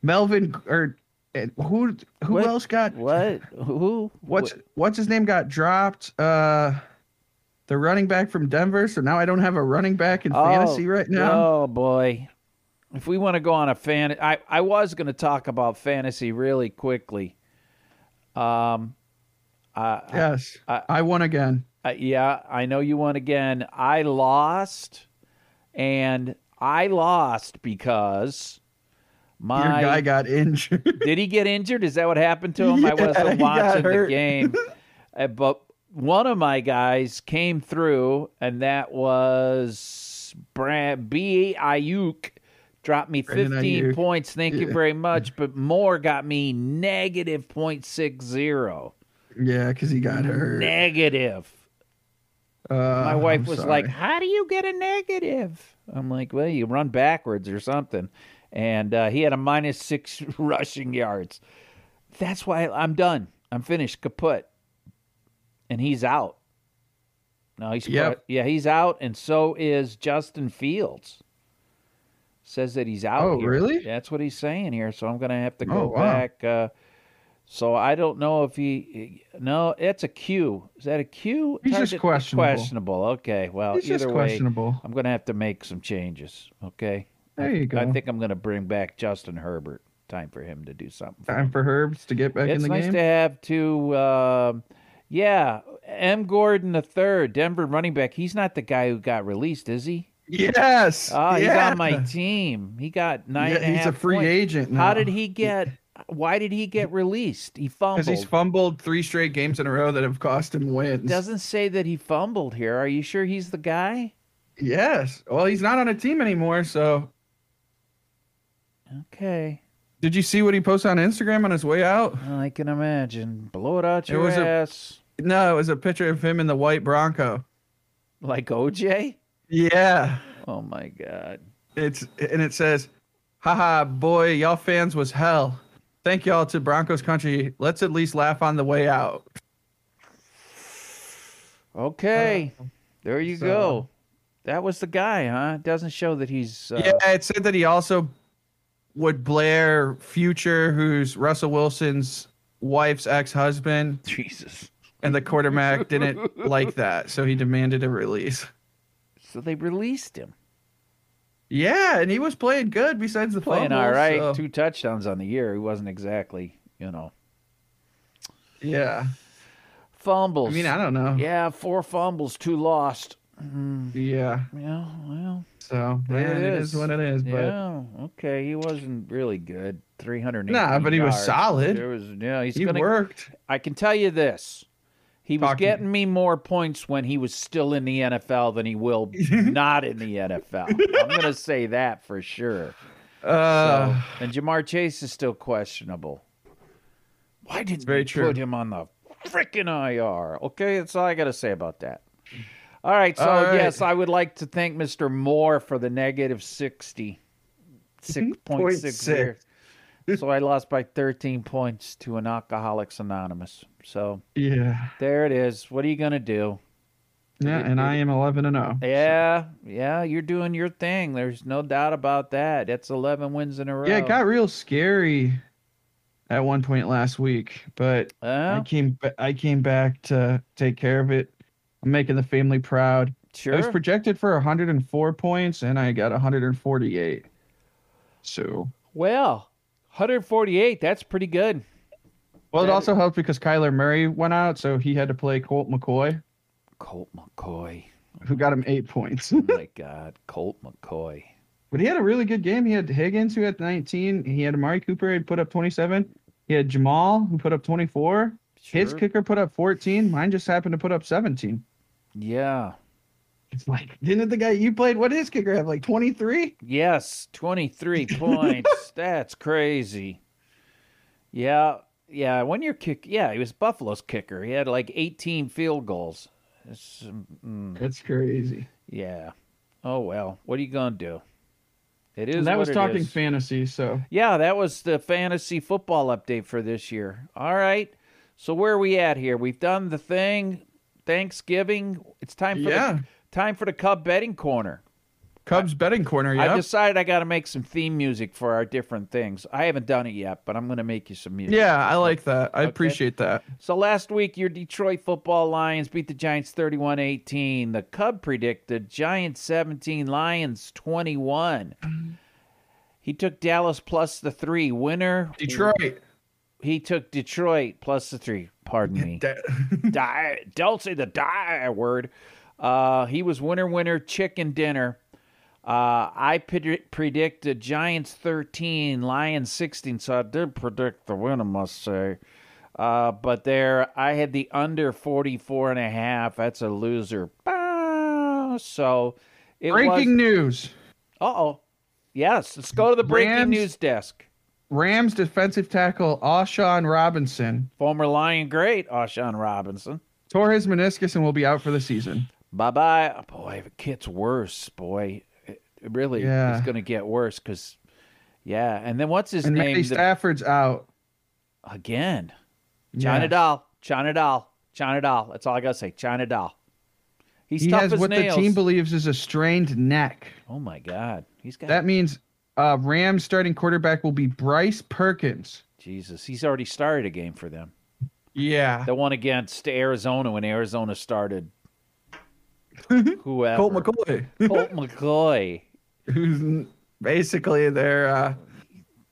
E: Melvin or and who who
F: What?
E: else got
F: What? Who?
E: what's
F: Wh-
E: what's his name got dropped? Uh the running back from Denver, so now I don't have a running back in fantasy right now.
F: Oh boy. If we want to go on a fan I, I was gonna talk about fantasy really quickly. Um I-
E: Yes.
F: I-
E: I, won again.
F: Uh, yeah, I know you won again. I lost, and I lost because
E: Your
F: my
E: guy got injured.
F: did he get injured? Is that what happened to him? I
E: Yeah, he
F: wasn't
E: got
F: watching the
E: hurt.
F: game, Uh, but one of my guys came through, and that was Brad B. Ayuk. Dropped me
E: Brandon
F: 15
E: Ayuk.
F: points. Thank you
E: Yeah.
F: very much. But Moore got me negative 0.60.
E: yeah, because he got hurt.
F: Negative.
E: Uh,
F: My wife was like,
E: like,
F: "How do you get a negative?" I'm like, "Well, you run backwards or something." And uh, he had a minus six rushing yards. That's why I'm done. I'm finished. Kaput. And he's out. No, he's
E: Yep.
F: yeah, he's out, and so is Justin Fields. Says that he's out.
E: Oh,
F: here.
E: really?
F: That's what he's saying here. So I'm gonna have to go
E: Oh, wow.
F: back. Uh, so I don't know if he. No, that's a Q. Is that a Q?
E: He's
F: Hard
E: just
F: to-
E: questionable.
F: Questionable. Okay. Well,
E: He's
F: "Oh, either
E: just
F: way,
E: questionable.
F: I'm going to have to make some changes. Okay.
E: There you go.
F: I think I'm going to bring back Justin Herbert. Time for him to do something.
E: Time for Herbs to get back
F: it's
E: in the
F: nice
E: game.
F: to have two. Um, yeah, M. Gordon the third, Denver running back. He's not the guy who got released, is he?
E: Yes.
F: Oh, he's
E: yeah.
F: on my team. He got nine.
E: Yeah,
F: and a
E: he's a
F: half
E: free
F: points.
E: agent now.
F: How did he get? Why did he get released? He fumbled.
E: Because he's fumbled three straight games in a row that have cost him wins.
F: Doesn't say that he fumbled here. Are you sure he's the guy?
E: Yes. Well, he's not on a team anymore. So,
F: Okay.
E: did you see what he posted on Instagram on his way out?
F: I can imagine. Blow it out
E: It
F: your
E: was a-
F: ass.
E: No, it was a picture of him in the white Bronco.
F: Like OJ?
E: Yeah.
F: Oh my God.
E: It's and it says, "Haha, boy, y'all fans was hell. Thank y'all to Broncos country. Let's at least laugh on the way out."
F: Okay. there you
E: Uh, so-
F: go. That was the guy, huh? Doesn't show that he's. Uh,
E: yeah, it said that he also would Blair Future, who's Russell Wilson's wife's ex-husband,
F: Jesus.
E: and the quarterback didn't like that, so he demanded a release.
F: So they released him.
E: Yeah, and he was playing good besides the
F: Playing
E: fumble,
F: all right.
E: so-
F: Two touchdowns on the year. He wasn't exactly, you know.
E: yeah,
F: Fumbles.
E: I mean, I don't know. Yeah,
F: Yeah, four fumbles, two lost. Yeah, well.
E: so
F: There
E: man, it is. what it is. But
F: yeah. Okay. He wasn't really good. Three hundred.
E: Nah, but he was solid.
F: There was yeah. He's
E: he
F: gonna.
E: worked.
F: I can tell you this. He was
E: Talk to me.
F: getting me more points when he was still in the NFL than he will not in the NFL. I'm gonna say that for sure.
E: Uh,
F: So, and Jamar Chase is still questionable. Why didn't
E: Very
F: you
E: true.
F: put him on the freaking IR? Okay, that's all I got to say about that. All right, so
E: All right.
F: yes, I would like to thank Mr. Moore for the negative 60. 6.60. so I lost by 13 points to an Alcoholics Anonymous. So
E: yeah,
F: there it is. What are you going to do?
E: yeah, and I am eleven and oh. zero.
F: Yeah, yeah, you're doing your thing. There's no doubt about that. That's 11 wins in a row.
E: Yeah, it got real scary at one point last week, but I
F: Well,
E: came ba- I came back to take care of it. I'm making the family proud.
F: sure.
E: I was projected for 104 points, and I got 148. So
F: Well, 148, that's pretty good.
E: Well, it
F: That-
E: also helped because Kyler Murray went out, so he had to play Colt McCoy,
F: Colt McCoy.
E: who got him eight points.
F: Oh my God, Colt McCoy.
E: but he had a really good game. He had Higgins, who had 19. He had Amari Cooper, who put up 27. He had Jamal, who put up 24. His
F: Sure.
E: kicker put up 14. Mine just happened to put up 17.
F: Yeah.
E: It's like, didn't the guy you played, what did his kicker have, like 23?
F: Yes, 23 points. That's crazy. Yeah. Yeah, when you're kick, yeah, he was Buffalo's kicker. He had like 18 field goals. It's, um, mm,
E: That's crazy.
F: yeah. Oh well. What are you going to do? It is
E: And that
F: what
E: was
F: it
E: talking
F: is.
E: fantasy, so
F: Yeah, that was the fantasy football update for this year. All right. So where are we at here? We've done the thing. Thanksgiving. It's time for
E: Yeah.
F: the time for the Cub betting corner.
E: Cubs betting corner, yeah.
F: I've decided I got to make some theme music for our different things. I haven't done it yet, but I'm going to make you some music.
E: Yeah, I like that. I appreciate that.
F: So last week, your Detroit football Lions beat the Giants 31 18. The Cub predicted Giants 17, Lions 21.
E: Mm-hmm.
F: He took Dallas plus the three. Winner
E: Detroit.
F: He took Detroit plus the three. Pardon me.
E: That-
F: die. Don't say the die word. Uh, he was winner, winner, chicken dinner. Uh, I pred- predict the Giants 13, Lions 16. So I did predict the win, I must say. Uh, but there, I had the under 44 and a half. That's a loser. Bah! So it
E: Breaking
F: was.
E: news.
F: Uh oh. Yes. Let's go to the breaking
E: Rams-
F: news desk.
E: Rams defensive tackle Alshon Robinson
F: Former Lion great, Oshawn Robinson.
E: tore his meniscus and will be out for the season.
F: Bye bye. Oh, boy, if it gets worse, boy. It it really
E: Yeah.
F: is going to get worse because, yeah. And then what's his
E: And
F: name?
E: Matty
F: The-
E: Stafford's out.
F: again. China
E: Yeah.
F: Doll. China Doll. China Doll. That's all I got to say. China Doll. He's
E: He
F: tough
E: has
F: as
E: what
F: nails.
E: the team believes is a strained neck.
F: oh, my God. He's got.
E: That means uh, Rams starting quarterback will be Bryce Perkins.
F: Jesus. He's already started a game for them.
E: Yeah.
F: The one against Arizona when Arizona started. Whoever.
E: Colt McCoy,
F: Colt McCoy.
E: who's basically their. Uh,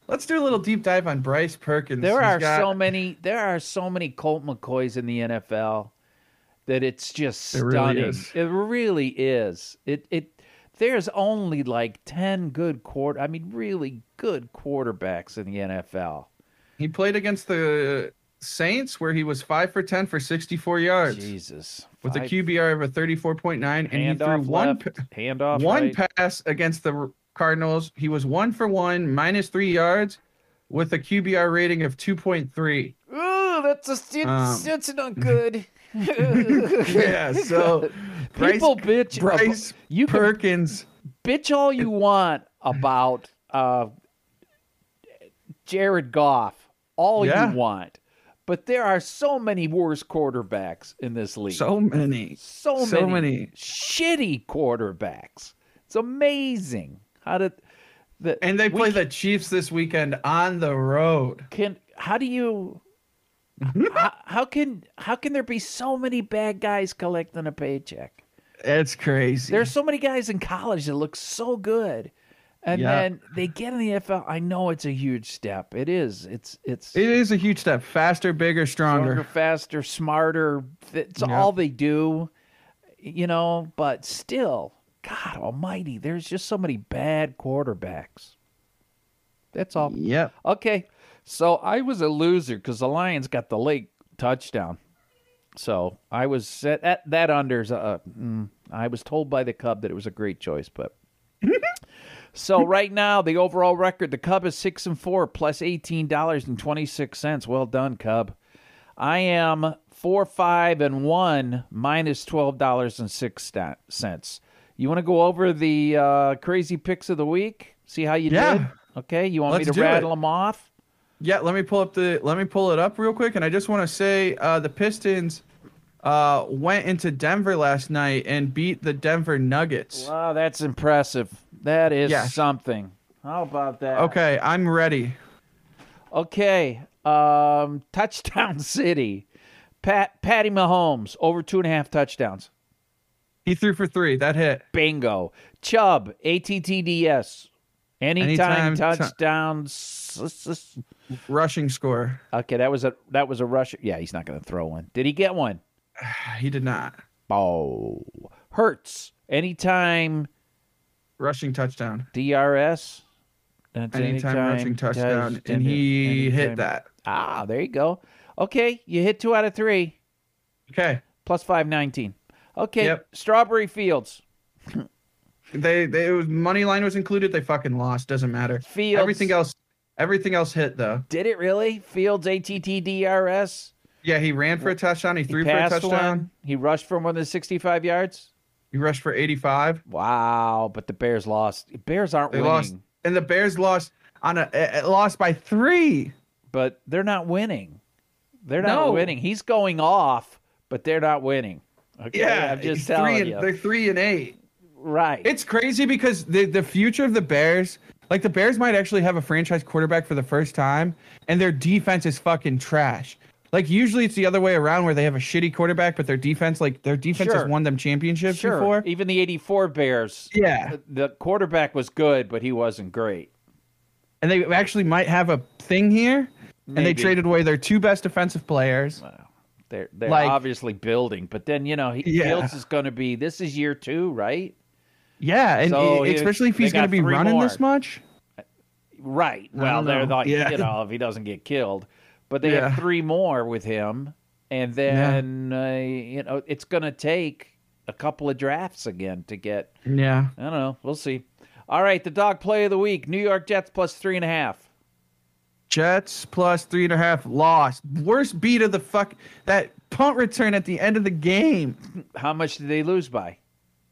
E: let's do a little deep dive on Bryce Perkins.
F: There
E: He's
F: are
E: got-
F: so many. There are so many Colt McCoys in the NFL that it's just
E: There
F: stunning.
E: really is.
F: It really is. It it. There's only like ten good quarter. I mean, really good quarterbacks in the NFL.
E: He played against the Saints where he was 5 for 10 for 64 yards.
F: Jesus.
E: with a
F: Five-
E: QBR of a 34.9, and he
F: handoff
E: threw one
F: left, handoff
E: one
F: right.
E: pass against the R- Cardinals. He was one for one, minus three yards, with a QBR rating of 2.3.
F: Ooh, that's a it's,
E: Um.
F: that's not good.
E: Yeah, so Bryce-
F: People bitch. ab-
E: Bryce
F: you can
E: Perkins,
F: bitch all you want about uh, Jared Goff, all
E: Yeah.
F: you want, but there are so many worse quarterbacks in this league.
E: so many.
F: so many,
E: so many.
F: shitty quarterbacks. It's amazing how did the
E: And they
F: we
E: play the Chiefs this weekend on the road.
F: can how do you how, how can how can there be so many bad guys collecting a paycheck?
E: It's crazy.
F: There's so many guys in college that look so good, and
E: Yeah.
F: then they get in the NFL. I know it's a huge step. It is. It's it's
E: it is a huge step. Faster, bigger,
F: stronger,
E: stronger.
F: faster, smarter. That's
E: Yeah.
F: all they do, you know. But still, God Almighty, there's just so many bad quarterbacks. That's all.
E: Yep.
F: Okay, so I was a loser because the Lions got the late touchdown. So I was set at that unders. Uh, mm, I was told by the Cub that it was a great choice, but so right now the overall record, the Cub is six and four plus eighteen dollars and twenty six cents. Well done, Cub. I am four, five, and one minus twelve dollars and six cents. You want to go over the uh, crazy picks of the week? See how you
E: Yeah.
F: did. Okay, you want
E: Let's
F: me to
E: do
F: rattle
E: it.
F: them off?
E: Yeah, let me pull up the let me pull it up real quick, and I just want to say uh, the Pistons uh, went into Denver last night and beat the Denver Nuggets.
F: Wow, that's impressive. That is
E: Yes.
F: something. How about that?
E: Okay, I'm ready.
F: Okay. Um, touchdown City. Pat Patty Mahomes over two and a half touchdowns.
E: He threw for three. That hit.
F: Bingo. Chubb ATTDS Anytime,
E: Anytime tou-
F: touchdown. s- s- s-
E: Rushing score.
F: Okay, that was a that was a rush. Yeah, he's not going to throw one. Did he get one?
E: He did not.
F: Oh, Hurts. Anytime
E: Rushing touchdown.
F: DRS. That's
E: Anytime, rushing touchdown.
F: touch-
E: and he
F: anytime.
E: hit that.
F: Ah, there you go. Okay, you hit two out of three.
E: Okay.
F: Plus five nineteen. Okay,
E: Yep.
F: Strawberry Fields.
E: They they it was money line was included. They fucking lost. Doesn't matter.
F: Fields.
E: Everything else everything else hit though.
F: Did it really? Fields ATT DRS.
E: Yeah, he ran for a touchdown. He
F: He
E: threw for a
F: passed
E: touchdown.
F: One. He rushed for more than sixty-five yards.
E: He rushed for 85.
F: Wow, but the Bears lost. Bears aren't
E: They
F: winning,
E: lost and the Bears lost on a eh, eh, lost by 3.
F: but they're not winning. They're not
E: No.
F: winning. He's going off, but they're not winning. Okay,
E: Yeah,
F: I'm just
E: three
F: telling
E: and,
F: you.
E: They're 3 and 8.
F: Right.
E: It's crazy because the the future of the Bears, like the Bears might actually have a franchise quarterback for the first time, and their defense is fucking trash. Like usually it's the other way around where they have a shitty quarterback, but their defense, like their defense
F: Sure.
E: has won them championships
F: sure.
E: before.
F: Even the '84 Bears.
E: Yeah,
F: The quarterback was good, but he wasn't great.
E: and they actually might have a thing here, and
F: Maybe.
E: they traded away their two best defensive players.
F: They're they're
E: Like-
F: obviously building, but then you know he,
E: Yeah.
F: Fields is going to be. This is year two, right?
E: Yeah, and
F: So
E: e-
F: you-
E: especially if
F: they
E: he's going to
F: got
E: be
F: three
E: running
F: more.
E: this much.
F: Right.
E: I
F: Well,
E: don't
F: they're
E: know.
F: like
E: Yeah.
F: you know if he doesn't get killed, but they
E: Yeah.
F: have three more with him, and then uh, you know it's going to take a couple of drafts again to get.
E: Yeah,
F: I don't know. We'll see. All right, the dog play of the week: New York Jets plus three and a half.
E: Jets plus three and a half lost. Worst beat of the fuck that punt return at the end of the game.
F: How much did they lose by?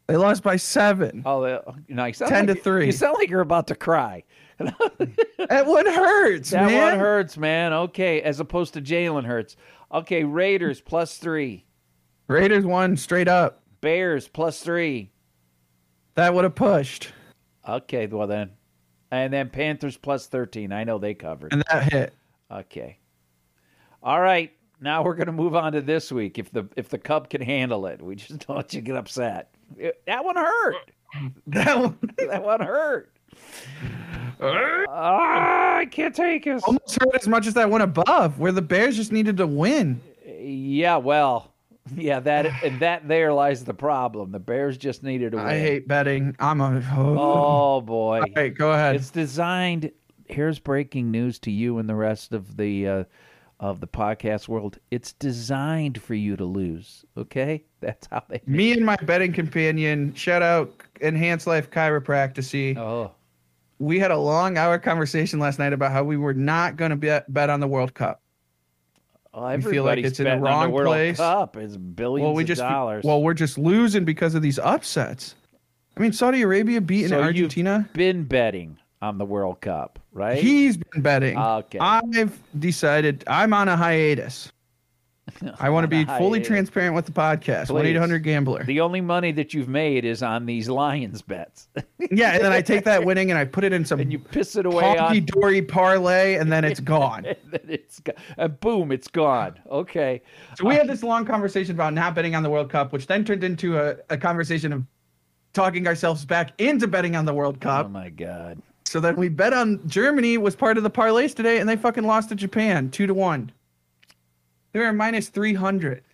E: They lost by seven.
F: Oh, they, oh, you know, you sound
E: 10 to
F: like-
E: three.
F: You sound like you're about to cry.
E: That one hurts,
F: That
E: man.
F: one hurts, man. Okay, as opposed to Jalen hurts. Okay, Raiders plus three,
E: Raiders won straight up.
F: Bears plus three.
E: That would have pushed,
F: Okay, well then, and then Panthers plus thirteen. I know they covered.
E: and that hit.
F: Okay, all right. Now we're gonna move on to this week. If the if the Cub can handle it, we just don't let you get upset. It- that one hurt.
E: That one
F: That one hurt. Ah, I can't take it.
E: almost hurt as much as that one above, where the Bears just needed to win.
F: Yeah, well, yeah, that and that there lies the problem. The Bears just needed a win.
E: I hate betting. I'm a. Oh.
F: Oh boy,
E: All right, go ahead.
F: it's designed. Here's breaking news to you and the rest of the uh, of the podcast world. It's designed for you to lose. Okay, that's how they.
E: Me and my betting companion, shout out Enhanced Life Chiropractic.
F: Oh,
E: We had a long hour conversation last night about how we were not going to bet, bet on the World Cup.
F: well,
E: You feel like
F: everybody's
E: it's in the
F: betting on
E: wrong
F: the World
E: place?
F: Cup. It's billions
E: Well, we
F: of
E: just
F: dollars.
E: well, we're just losing because of these upsets. I mean, Saudi Arabia beating
F: So you've
E: Argentina.
F: been betting on the World Cup, right? Ah,
E: He's been betting.
F: Okay.
E: I've decided I'm on a hiatus. I want to be
F: On a
E: fully
F: hiatus.
E: transparent with the podcast. One
F: Please.
E: eight hundred gambler.
F: the only money that you've made is on these Lions bets,
E: yeah, and then I take that winning and I put it in some
F: and you piss it away
E: honky
F: on
E: dory parlay, and then it's gone.
F: then it's go- and boom, it's gone. Okay.
E: So we had this long conversation about not betting on the World Cup, which then turned into a, a conversation of talking ourselves back into betting on the World Cup.
F: Oh my God.
E: so then we bet on Germany was part of the parlays today, and they fucking lost to Japan two to one. They were minus three hundred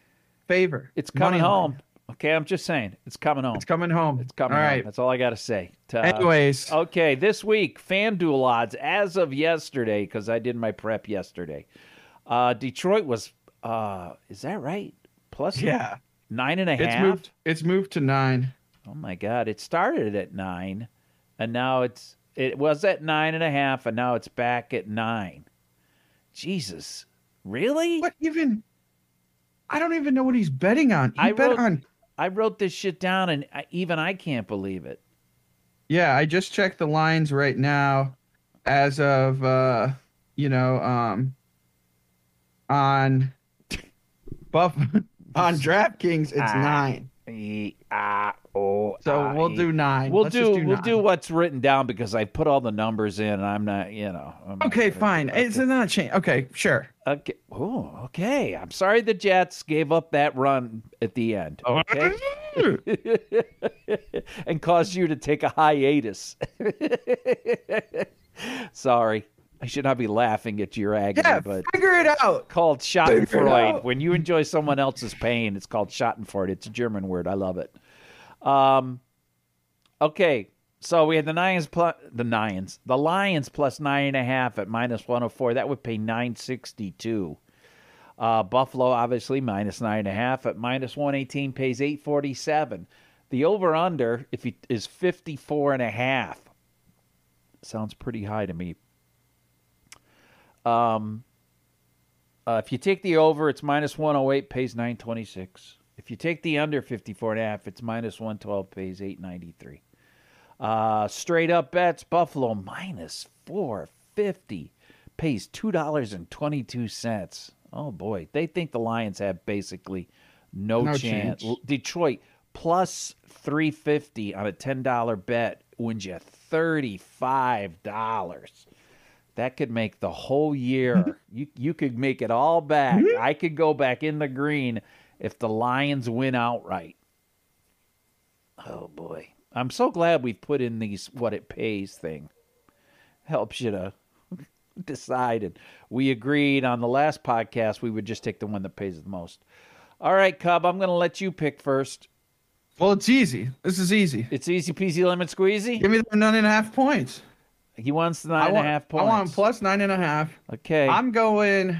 E: favor.
F: It's coming
E: Money line.
F: home. Okay, I'm just saying. It's coming home.
E: It's coming home.
F: It's coming
E: All
F: home.
E: right.
F: That's all I got to say. Ta-
E: Anyways,
F: Okay, this week, FanDuel odds as of yesterday, because I did my prep yesterday. Uh, Detroit was, uh, is that right? Plus
E: yeah,
F: nine and a half.
E: it's moved. It's moved to nine.
F: Oh my God! It started at nine, and now it's it was at nine and a half, and now it's back at nine. Jesus, really?
E: What even? I don't even know what he's betting on. He
F: I
E: bet
F: wrote-
E: on.
F: I wrote this shit down, and I, even I can't believe it.
E: Yeah, I just checked the lines right now, as of uh, you know, um, on buff on DraftKings, it's
F: Ah.
E: nine.
F: E- ah, O.
E: So we'll do nine.
F: We'll
E: Let's
F: do,
E: just
F: we'll
E: nine.
F: do what's written down because I put all the numbers in. and I'm not you know. I'm not
E: Okay,
F: gonna-
E: fine. It's not a change. Okay, sure.
F: Okay. Oh, okay. I'm sorry the Jets gave up that run at the end.
E: Oh,
F: Okay.
E: Hmm,
F: and caused you to take a hiatus. sorry. I should not be laughing at your agony,
E: Yeah,
F: but
E: figure it out.
F: called
E: it
F: Schadenfreude.
E: out.
F: When you enjoy someone else's pain, it's called Schadenfreude. It's a German word. I love it. Um, okay, so we had the Lions plus the Lions, the Lions plus nine and a half at minus one hundred four. That would pay nine sixty two. Uh, Buffalo obviously minus nine and a half at minus one eighteen pays eight forty seven. The over under if you, is fifty four and a half. Sounds pretty high to me. Uh, if you take the over, it's minus 108, pays 926. If you take the under 54 and a half, it's minus 112, pays 893. Uh, straight up bets, Buffalo minus 450, pays $2.22. Oh boy, they think the Lions have basically no,
E: No
F: chance.
E: chance.
F: Detroit plus 350 on a $10 bet wins you $35. That could make the whole
E: Mm-hmm.
F: year. you you could make it all back. I could go back in the green if the Lions win outright. Oh boy. I'm so glad we've put in these what it pays thing. Helps you to decide and we agreed on the last podcast we would just take the one that pays the most. All right, Cub, I'm gonna let you pick first.
E: Well, it's easy. This is easy.
F: It's easy peasy lemon squeezy.
E: Give me the nine and a half points.
F: He wants the
E: I
F: nine and
E: want,
F: a half
E: I want
F: points.
E: plus nine and a half.
F: Okay.
E: I'm going.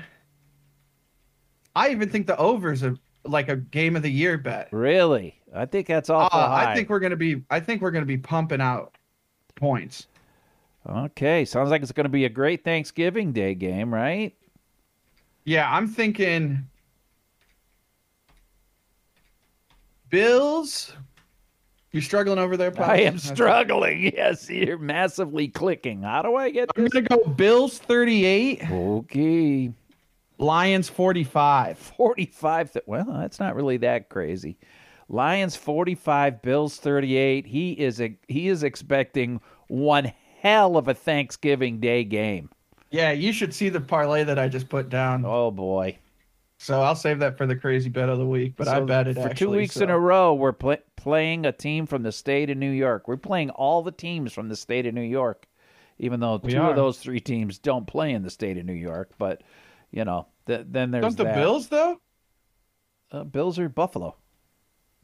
E: I even think the overs a like a game of the year bet.
F: Really? I think that's awful
E: Uh,
F: high.
E: I think we're gonna be. I think we're gonna be pumping out points.
F: Okay, sounds like it's going to be a great Thanksgiving Day game, right?
E: Yeah, I'm thinking. Bills. You're struggling over there. Pop?
F: I am struggling. Yes, you're massively clicking. How do I get
E: I'm
F: this?
E: gonna go Bills 38,
F: Okay,
E: Lions 45.
F: 45. Th- well, that's not really that crazy. Lions 45, Bills 38. He is a, he is expecting one hell of a Thanksgiving Day game.
E: Yeah, you should see the parlay that I just put down.
F: Oh boy.
E: So I'll save that for the crazy bet of the week. But I
F: So
E: bet it
F: for two
E: actually,
F: weeks
E: so-
F: in a row. We're pl- playing a team from the state of New York. We're playing all the teams from the state of New York, even though two
E: are.
F: of those three teams don't play in the state of New York. But you know, th- then there's
E: Don't the
F: that.
E: Bills though?
F: Uh, Bills or Buffalo?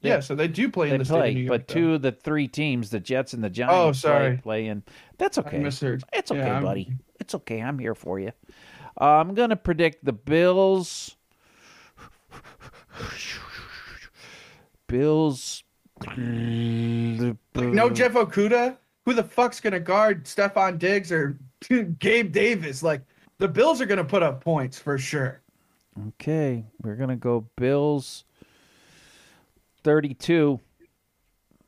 E: Yeah, so they do play
F: They
E: in the state
F: play,
E: of New York.
F: but
E: though. Oh,
F: two of the three teams, the Jets and the Giants, play-
E: sorry.
F: play in. That's okay.
E: misheard.
F: It's okay,
E: Yeah, I'm-
F: buddy. It's okay. I'm here for you. Uh, I'm gonna predict the Bills. Bills.
E: no Jeff Okuda. Who the fuck's gonna guard Stefan Diggs or Gabe Davis? Like the Bills are gonna put up points for sure.
F: Okay, we're gonna go Bills. Thirty-two.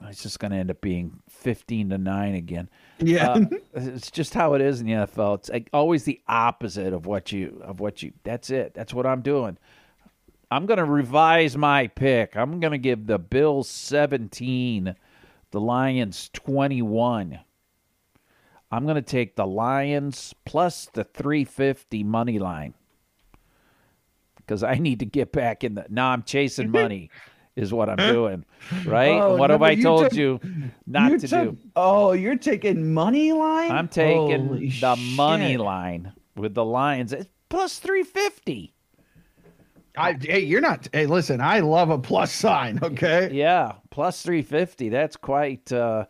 F: It's just gonna end up being fifteen to nine again.
E: Yeah.
F: Uh, it's just how it is in the NFL. It's like always the opposite of what you of what you. That's it. That's what I'm doing. I'm gonna revise my pick. I'm gonna give the Bills 17, the Lions 21. I'm gonna take the Lions plus the 350 money line because I need to get back in the. Now I'm chasing money. Is what I'm doing, right?
E: Oh,
F: And what
E: no,
F: have I
E: you
F: told
E: took-
F: you not
E: You
F: to
E: took-
F: do?
E: Oh, you're taking money line.
F: I'm taking
E: Holy
F: the money
E: shit.
F: line with the Lions. It's plus 350.
E: I, hey, you're not. Hey, listen, I love a plus sign. Okay.
F: Yeah, plus 350. That's quite uh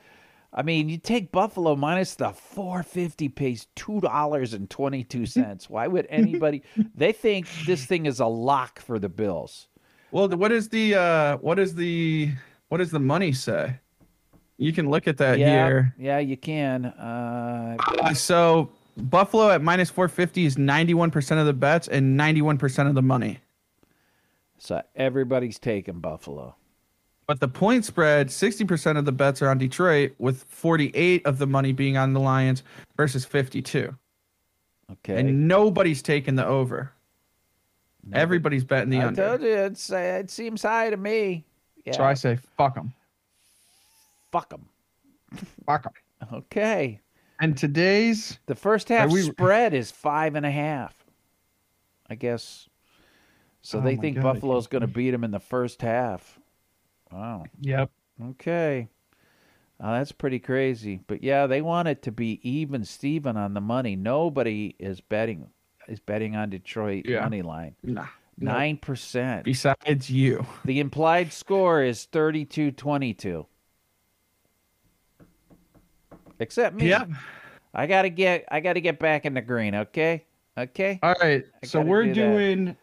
F: I mean, you take Buffalo minus the 450 pays $2.22. Why would anybody they think this thing is a lock for the Bills?
E: Well, what is the uh, what is the what does the money say? You can look at that
F: yeah.
E: here.
F: Yeah, you can. Uh
E: Uh, so Buffalo at minus 450 is 91% of the bets and 91% of the money.
F: so everybody's taking Buffalo.
E: But the point spread, 60% of the bets are on Detroit, with 48 of the money being on the Lions versus 52.
F: Okay.
E: And nobody's taking the over. Everybody's betting the
F: I
E: under.
F: told you it's, uh, it seems high to me. Yeah.
E: So I say, fuck them.
F: Fuck them.
E: Fuck 'em.
F: Okay.
E: And today's
F: The first half
E: we-
F: spread is five and a half. I guess. So
E: Oh
F: they
E: my
F: think
E: God, I
F: Buffalo's going to beat them in the first half. Wow.
E: yep.
F: Okay. Uh, that's pretty crazy. But yeah, they want it to be even Steven on the money. Nobody is betting is betting on Detroit
E: Yeah.
F: money line.
E: Nah. No.
F: Nine percent.
E: Besides you,
F: The implied score is 32-22. Except me.
E: yep.
F: I gotta get I gotta get back in the green, okay? Okay?
E: All right,
F: I
E: so
F: gotta
E: we're
F: do that.
E: doing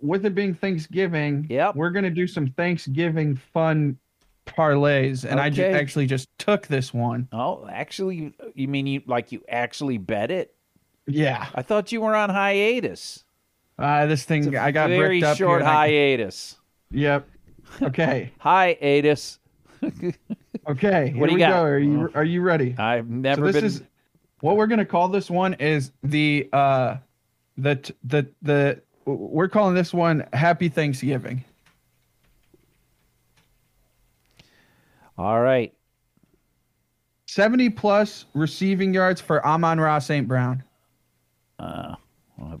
E: with it being Thanksgiving.
F: Yep.
E: we're gonna do some Thanksgiving fun parlays, and I ju-
F: Okay.
E: actually just took this one.
F: Oh, actually you, you mean you like you actually bet it?
E: Yeah,
F: I thought you were on hiatus.
E: uh, this
F: It's
E: thing
F: a
E: I got
F: very
E: bricked up here
F: short
E: and I-
F: hiatus.
E: Yep. Okay.
F: Hiatus.
E: Okay. Here
F: What do you
E: we
F: got?
E: go. Are you are you ready?
F: I've never
E: so this
F: been
E: is what we're gonna call this one is the uh the t- the the we're calling this one Happy Thanksgiving.
F: all right.
E: 70 plus receiving yards for Amon Ross St. Brown.
F: Oh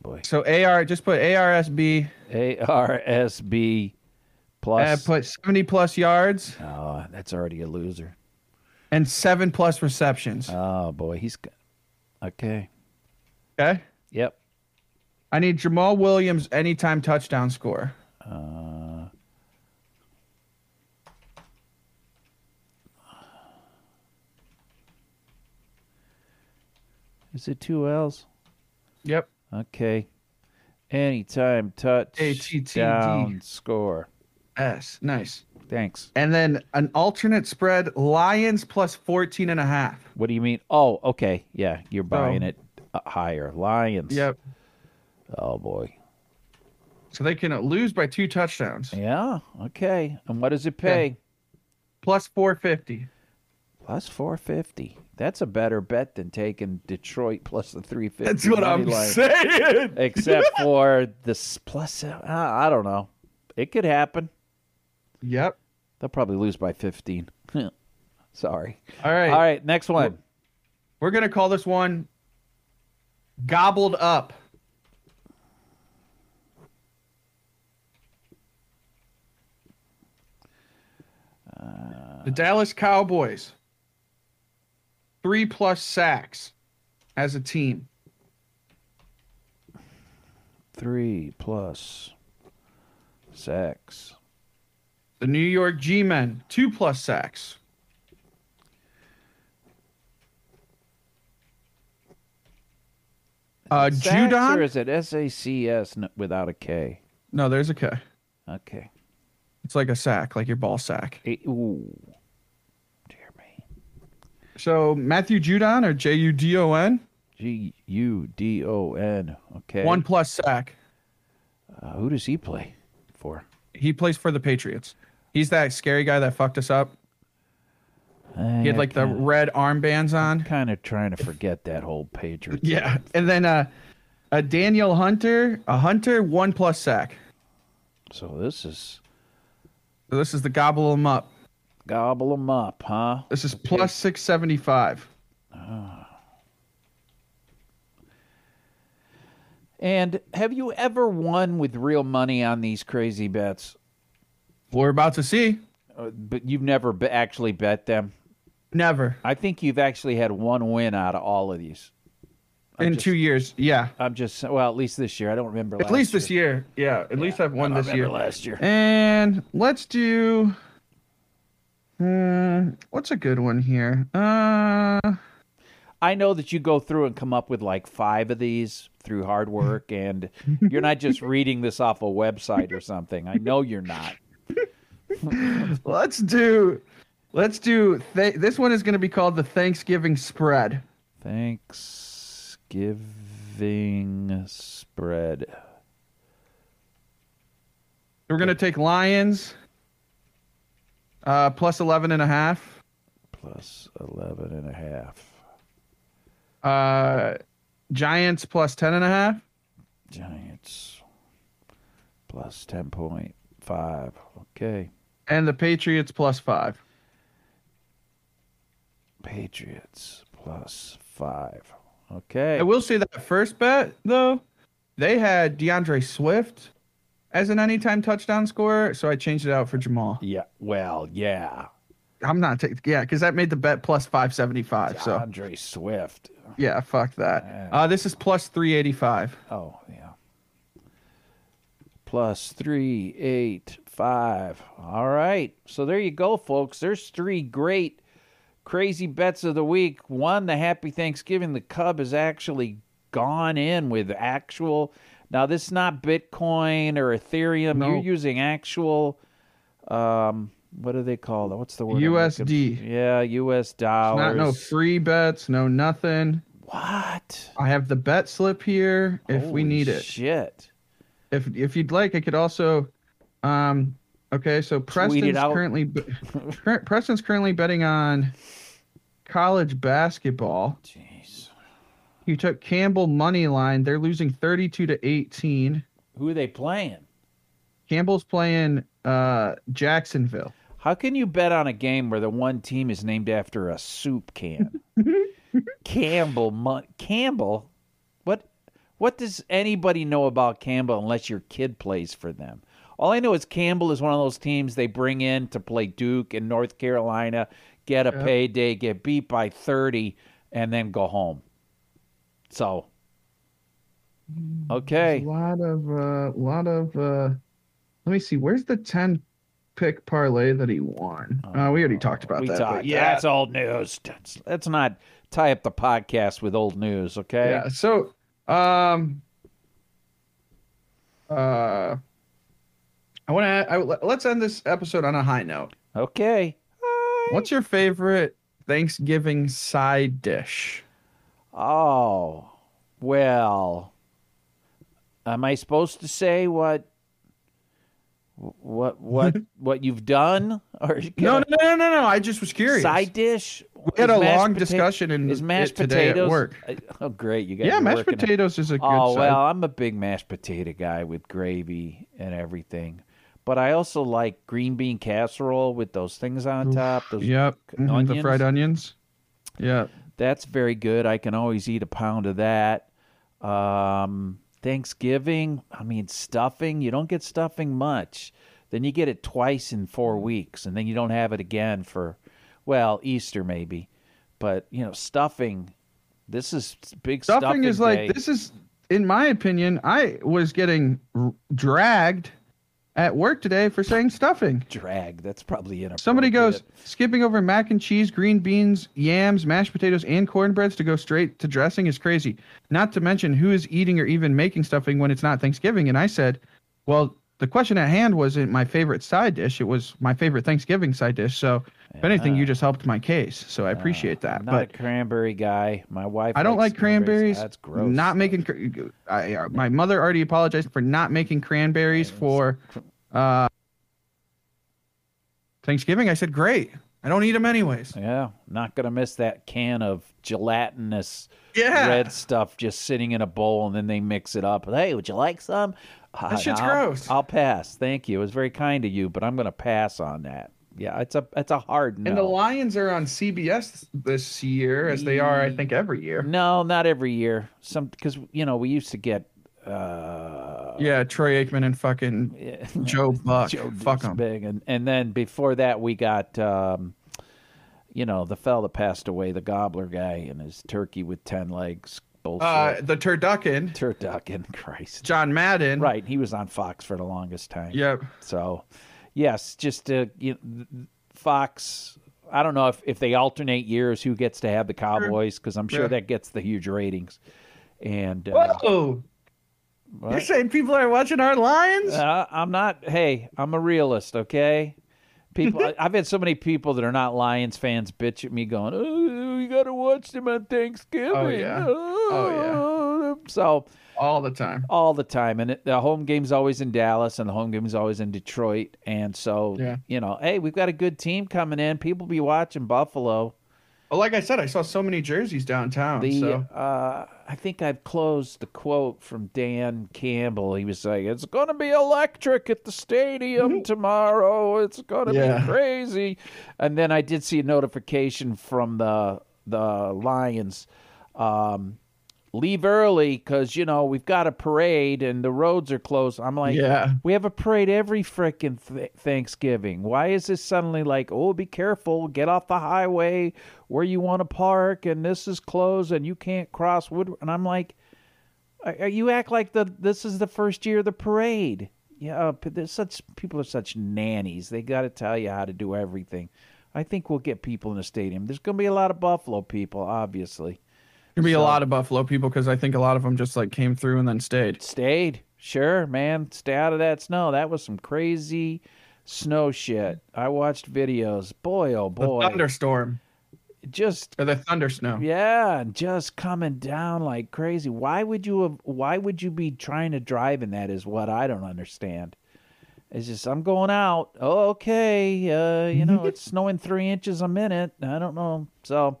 F: boy.
E: So AR, just put ARSB,
F: A R S B
E: uh,
F: plus
E: put 70 plus yards
F: oh, that's already a loser.
E: and seven plus receptions.
F: Oh boy, he's g- okay.
E: Okay.
F: Yep.
E: I need Jamal Williams anytime touchdown score.
F: Is it two L's?
E: Yep.
F: Okay. Anytime touch
E: ATTD.
F: down score.
E: S. Nice.
F: Thanks.
E: And then an alternate spread Lions plus 14 and a half.
F: What do you mean? Oh, okay. Yeah, you're buying it uh, higher. Lions.
E: Yep.
F: Oh boy.
E: So they can lose by two touchdowns.
F: Yeah. Okay. And what does it pay?
E: Plus 450.
F: Plus four fifty. That's a better bet than taking Detroit plus the three fifty.
E: That's what I'm saying.
F: Except for this plus, uh, I don't know. It could happen.
E: Yep.
F: They'll probably lose by fifteen. Sorry.
E: All right.
F: All right. Next one.
E: We're going to call this one Gobbled Up. the Dallas Cowboys. Three plus sacks as a team.
F: Three plus six.
E: The New York G Men. Two plus sacks. Uh,
F: Sacks,
E: Judon?
F: or is it S A C S n- without a K?
E: no, there's a K.
F: Okay.
E: It's like a sack, like your ball sack.
F: Eh, Ooh. Dear me.
E: So Matthew Judon or J U D O N,
F: G U D O N. Okay.
E: one plus sack.
F: Uh, who does he play for?
E: He plays for the Patriots. He's that scary guy that fucked us up. He had like the red armbands on.
F: Kind of trying to forget that whole Patriots.
E: Yeah, and then uh, a Daniel Hunter, a Hunter, one plus sack.
F: So this is
E: So this is the gobble him up.
F: gobble them up, huh?
E: This is plus six seventy five.
F: And have you ever won with real money on these crazy bets?
E: We're about to see.
F: Uh, but you've never be- actually bet them.
E: Never
F: I think you've actually had one win out of all of these.
E: in
F: just-
E: two years. Yeah,
F: I'm just well, at least this year. I don't remember.
E: at least this year. Yeah, at least I've won this year.
F: Last year.
E: And let's do. Hmm, what's a good one here? Uh,
F: I know that you go through and come up with like five of these through hard work, and you're not just reading this off a website or something. I know you're not.
E: let's do. Let's do. Th- this one is going to be called the Thanksgiving spread.
F: Thanksgiving spread.
E: We're going to take Lions uh, plus 11 and a half.
F: plus 11 and a half.
E: Uh, Giants plus 10 and a half.
F: Giants plus 10.5. Okay.
E: And the Patriots plus five.
F: Patriots plus five. Okay.
E: I will say that first bet though, they had DeAndre Swift as an anytime touchdown scorer, so I changed it out for Jamal.
F: Yeah. Well, yeah.
E: I'm not taking yeah, because that made the bet plus five seventy five. So
F: Andre Swift.
E: yeah, fuck that. Uh, this is plus three eighty five.
F: Oh, yeah. Plus three, eight, five. All right. So there you go, folks. There's three great crazy bets of the week. One, the happy Thanksgiving. The Cub has actually gone in with actual. Now, this is not Bitcoin or Ethereum.
E: No.
F: You're using actual. Um, what do they call that? What's the word? I'm
E: USD.
F: looking- Yeah, US dollars.
E: Not no free bets, no nothing.
F: What?
E: I have the bet slip here if we
F: Holy
E: need it.
F: Shit.
E: If if you'd like, I could also. Um, okay, so Preston's
F: out.
E: currently be- cur- Preston's currently betting on college basketball.
F: Jeez.
E: You took Campbell money line. They're losing thirty-two to eighteen.
F: Who are they playing?
E: Campbell's playing uh, Jacksonville.
F: How can you bet on a game where the one team is named after a soup can? Campbell, Mon- Campbell, what? What does anybody know about Campbell unless your kid plays for them? All I know is Campbell is one of those teams they bring in to play Duke and North Carolina, get a payday, get beat by thirty, and then go home. So, okay.
E: Mm, A lot of uh, lot of. Uh, let me see. Where's the ten pick parlay that he won? Uh, we already talked about
F: we
E: that. but
F: talked. Yeah, that's old news. Let's, let's not tie up the podcast with old news, okay?
E: Yeah. So, um, uh, I want to. I, let's end this episode on a high note.
F: Okay.
E: What's your favorite Thanksgiving side dish?
F: Oh, well. Am I supposed to say what what what what you've done or
E: No, no, no, no, no. I just was curious.
F: side dish? We
E: had a long discussion in
F: is mashed
E: it today at
F: potatoes
E: work.
F: I- Oh, great! You guys
E: yeah,
F: are
E: mashed
F: working it.
E: potatoes is a good.
F: Oh
E: side.
F: well, I'm a big mashed potato guy with gravy and everything, but I also like green bean casserole with those things on top. Those
E: Yep. mhm, The
F: onions.
E: fried onions. Yeah.
F: That's very good. I can always eat a pound of that. Um, Thanksgiving, I mean stuffing. You don't get stuffing much. Then you get it twice in four weeks, and then you don't have it again for, well, Easter maybe. But you know, stuffing. This is big
E: Stuffing,
F: stuffing.
E: is like
F: day.
E: this is, in my opinion, I was getting r- dragged at work today for saying stuffing.
F: drag. That's probably inappropriate.
E: Somebody goes skipping over mac and cheese, green beans, yams, mashed potatoes, and cornbreads to go straight to dressing is crazy. Not to mention who is eating or even making stuffing when it's not Thanksgiving. And I said, well, the question at hand wasn't my favorite side dish. It was my favorite Thanksgiving side dish. So, if anything, you just helped my case. So I appreciate that.
F: I'm not
E: But
F: a cranberry guy. My wife.
E: I don't
F: likes
E: like cranberries.
F: That's gross.
E: Not making. cr- I, uh, my mother already apologized for not making cranberries for uh, Thanksgiving. I said, great. I don't eat them anyways.
F: Yeah, not gonna miss that can of gelatinous
E: Yeah.
F: red stuff just sitting in a bowl, and then they mix it up. Hey, would you like some? That
E: shit's gross.
F: I'll pass. Thank you. It was very kind of you, but I'm gonna pass on that. Yeah, it's a it's a hard no.
E: And the Lions are on CBS this year, as they are, I think, every year.
F: no, not every year. Some because you know we used to get uh,
E: Yeah, Troy Aikman and fucking Joe Buck. Fuck
F: It's
E: them.
F: big, and and then before that we got. Um, you know the fella that passed away, the gobbler guy, and his turkey with ten legs. Bullshit.
E: Uh, the Turducken,
F: Turducken, Christ.
E: John Madden.
F: Right, he was on Fox for the longest time.
E: Yep.
F: So, yes, just uh, you Fox. I don't know if, if they alternate years who gets to have the Cowboys because I'm sure
E: Yeah.
F: that gets the huge ratings. And uh,
E: Whoa. You're
F: What?
E: saying people are watching our Lions?
F: uh, I'm not. Hey, I'm a realist. Okay. People,
E: Mm-hmm.
F: I- I've had so many people that are not Lions fans bitch at me going, "Oh, you got to watch them on Thanksgiving."
E: yeah. Oh,
F: yeah. So,
E: All the time.
F: all the time and it, the home game's always in dallas and the home game's always in detroit and so
E: Yeah.
F: you know hey we've got a good team coming in people be watching buffalo
E: Well, like I said, I saw so many jerseys downtown.
F: the
E: so
F: uh I think I've closed the quote from Dan Campbell. He was saying, It's going to be electric at the stadium tomorrow. It's going to
E: Mm-hmm. Yeah.
F: be crazy. And then I did see a notification from the, the Lions um, leave early because, you know, we've got a parade and the roads are closed. I'm like,
E: Yeah.
F: We have a parade every frickin' th- Thanksgiving. Why is this suddenly like, oh, be careful, get off the highway where you want to park, and this is closed, and you can't cross Wood? And I'm like, "Uh, uh, you act like the this is the first year of the parade. Yeah, uh, p- there's such people are such nannies. They got to tell you how to do everything. I think we'll get people in the stadium. There's going to be a lot of Buffalo people, obviously.
E: There'll be a lot of Buffalo people because I think a lot of them just like came through and then stayed.
F: Stayed. Sure, man. Stay out of that snow. That was some crazy snow shit. I watched videos. Boy, oh
E: The
F: boy.
E: thunderstorm
F: Just
E: or the thunder snow.
F: yeah, and just coming down like crazy. Why would you have why would you be trying to drive in that is what I don't understand. It's just I'm going out. Oh, okay. Uh, you know, it's snowing three inches a minute. I don't know. So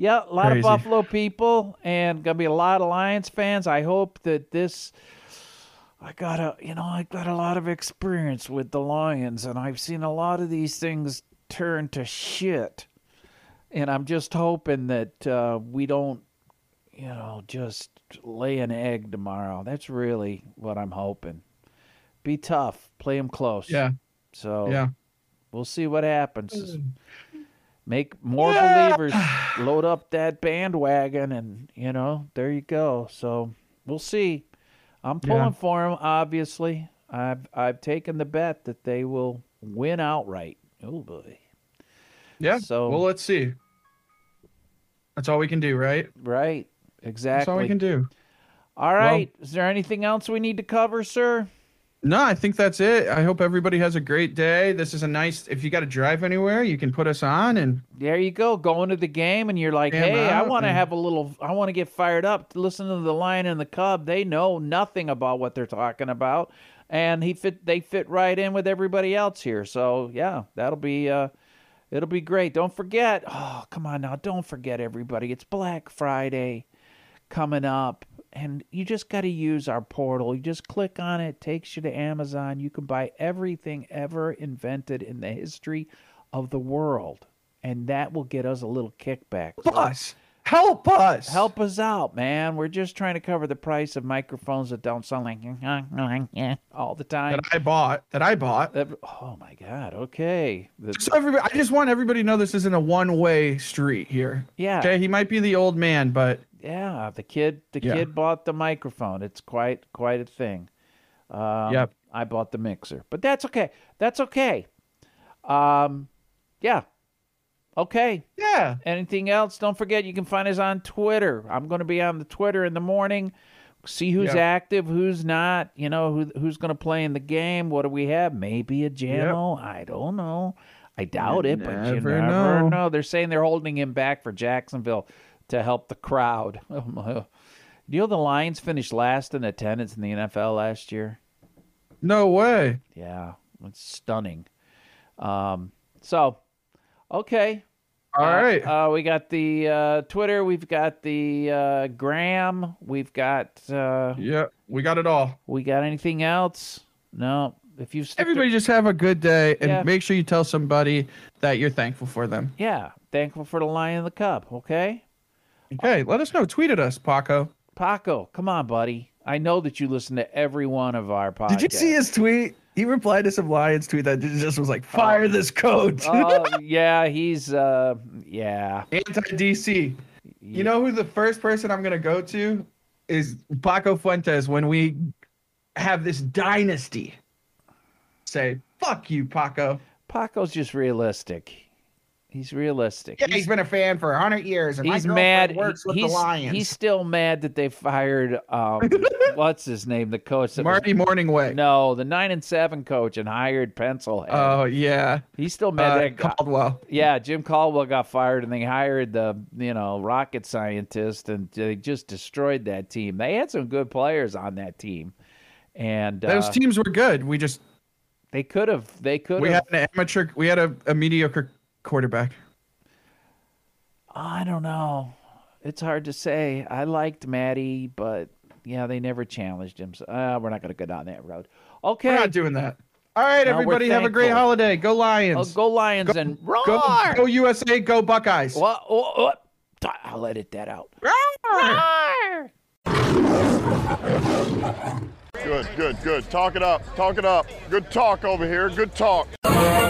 F: yeah, a lot
E: Crazy.
F: of Buffalo people and gonna be a lot of Lions fans. I hope that this I got a you know, I got a lot of experience with the Lions and I've seen a lot of these things turn to shit. And I'm just hoping that uh, we don't you know, just lay an egg tomorrow. That's really what I'm hoping. Be tough, play them close.
E: Yeah.
F: So
E: Yeah.
F: we'll see what happens. Make more believers load up that bandwagon, and you know, there you go. So we'll see. I'm pulling
E: Yeah.
F: for them. Obviously, I've I've taken the bet that they will win outright. Oh boy,
E: Yeah.
F: So-
E: well, let's see. That's all we can do, right?
F: right? Exactly.
E: That's all we can do.
F: All right. Is there anything else we need to cover, sir?
E: No, I think that's it. I hope everybody has a great day. This is a nice. If you got to drive anywhere, you can put us on and
F: There you go, going to the game, and you're like,
E: Damn
F: hey, I
E: out,
F: want to
E: man.
F: have a little, I want to get fired up. Listen to the Lion and the Cub; they know nothing about what they're talking about, and he fit, they fit right in with everybody else here. So yeah, that'll be, uh, it'll be great. Don't forget, oh come on now, don't forget everybody. It's Black Friday coming up and you just got to use our portal you just click on it takes you to amazon you can buy everything ever invented in the history of the world and that will get us a little kickback So
E: us help us
F: help us out man we're just trying to cover the price of microphones that don't sound like all the time
E: that I bought that I bought.
F: That- oh my god okay The-
E: So everybody, I just want everybody to know this isn't a one-way street here.
F: Yeah.
E: Okay, he might be the old man, but
F: yeah the kid the
E: Yeah.
F: kid bought the microphone it's quite quite a thing Um,
E: Yep.
F: I bought the mixer, but that's okay. That's okay. Um, yeah. Okay.
E: yeah,
F: Anything else? Don't forget, you can find us on Twitter. I'm going to be on the Twitter in the morning. See who's
E: Yep.
F: active, who's not. You know who who's going to play in the game. What do we have? Maybe a Jano. I don't know. I doubt it, but you
E: never
F: never know.
E: know.
F: They're saying they're holding him back for Jacksonville to help the crowd. Oh my! Do you know the Lions finished last in attendance in the NFL last year?
E: no way.
F: Yeah, it's stunning. Um, so, okay.
E: All
F: Uh,
E: right,
F: Uh, we got the uh, Twitter. We've got the uh, Gram. We've got. Uh,
E: yeah, we got it all.
F: we got anything else? No. If you stick to-
E: Everybody, just have a good day and
F: Yeah.
E: make sure you tell somebody that you're thankful for them.
F: yeah, thankful for the lion and the cub. Okay,
E: Okay, let us know. Tweet at us, Paco.
F: Paco, come on, buddy. I know that you listen to every one of our podcasts.
G: Did you see his tweet? He replied to some Lions tweet that just was like, "Fire this coach."
F: Oh yeah, he's uh yeah.
E: Anti DC. You know who the first person I'm gonna go to is Paco Fuentes when we have this dynasty. Say fuck you, Paco.
F: Paco's just realistic. He's realistic.
B: Yeah, he's been a fan for 100 years, and
F: he's
B: my
F: mad.
B: girlfriend works with
F: he's,
B: the Lions.
F: he's still mad that they fired um, what's his name, the coach that
E: Marty
F: was,
E: Morningway.
F: no, the nine and seven coach and hired Pencilhead.
E: Oh yeah,
F: he's still mad.
E: uh,
F: that guy-
E: Caldwell.
F: yeah, Jim Caldwell got fired, and they hired the you know rocket scientist, and they just destroyed that team. They had some good players on that team, and uh,
E: Those teams were good. We just
F: they could have they could
E: we
F: have
E: had an amateur. We had a, a mediocre quarterback.
F: I don't know. it's hard to say. I liked Maddie, but yeah, they never challenged him. So uh, we're not going to go down that road. Okay.
E: We're not doing that. All right,
F: No, we're
E: everybody, have a great
F: thankful.
E: holiday. Go
F: Oh,
E: Lions.
F: go Lions and roar.
E: go, go USA. Go Buckeyes.
F: Wha- wha- wha- Ta- I'll edit that out.
H: Good, good, good. Talk it up. Talk it up. Good talk over here. Good talk.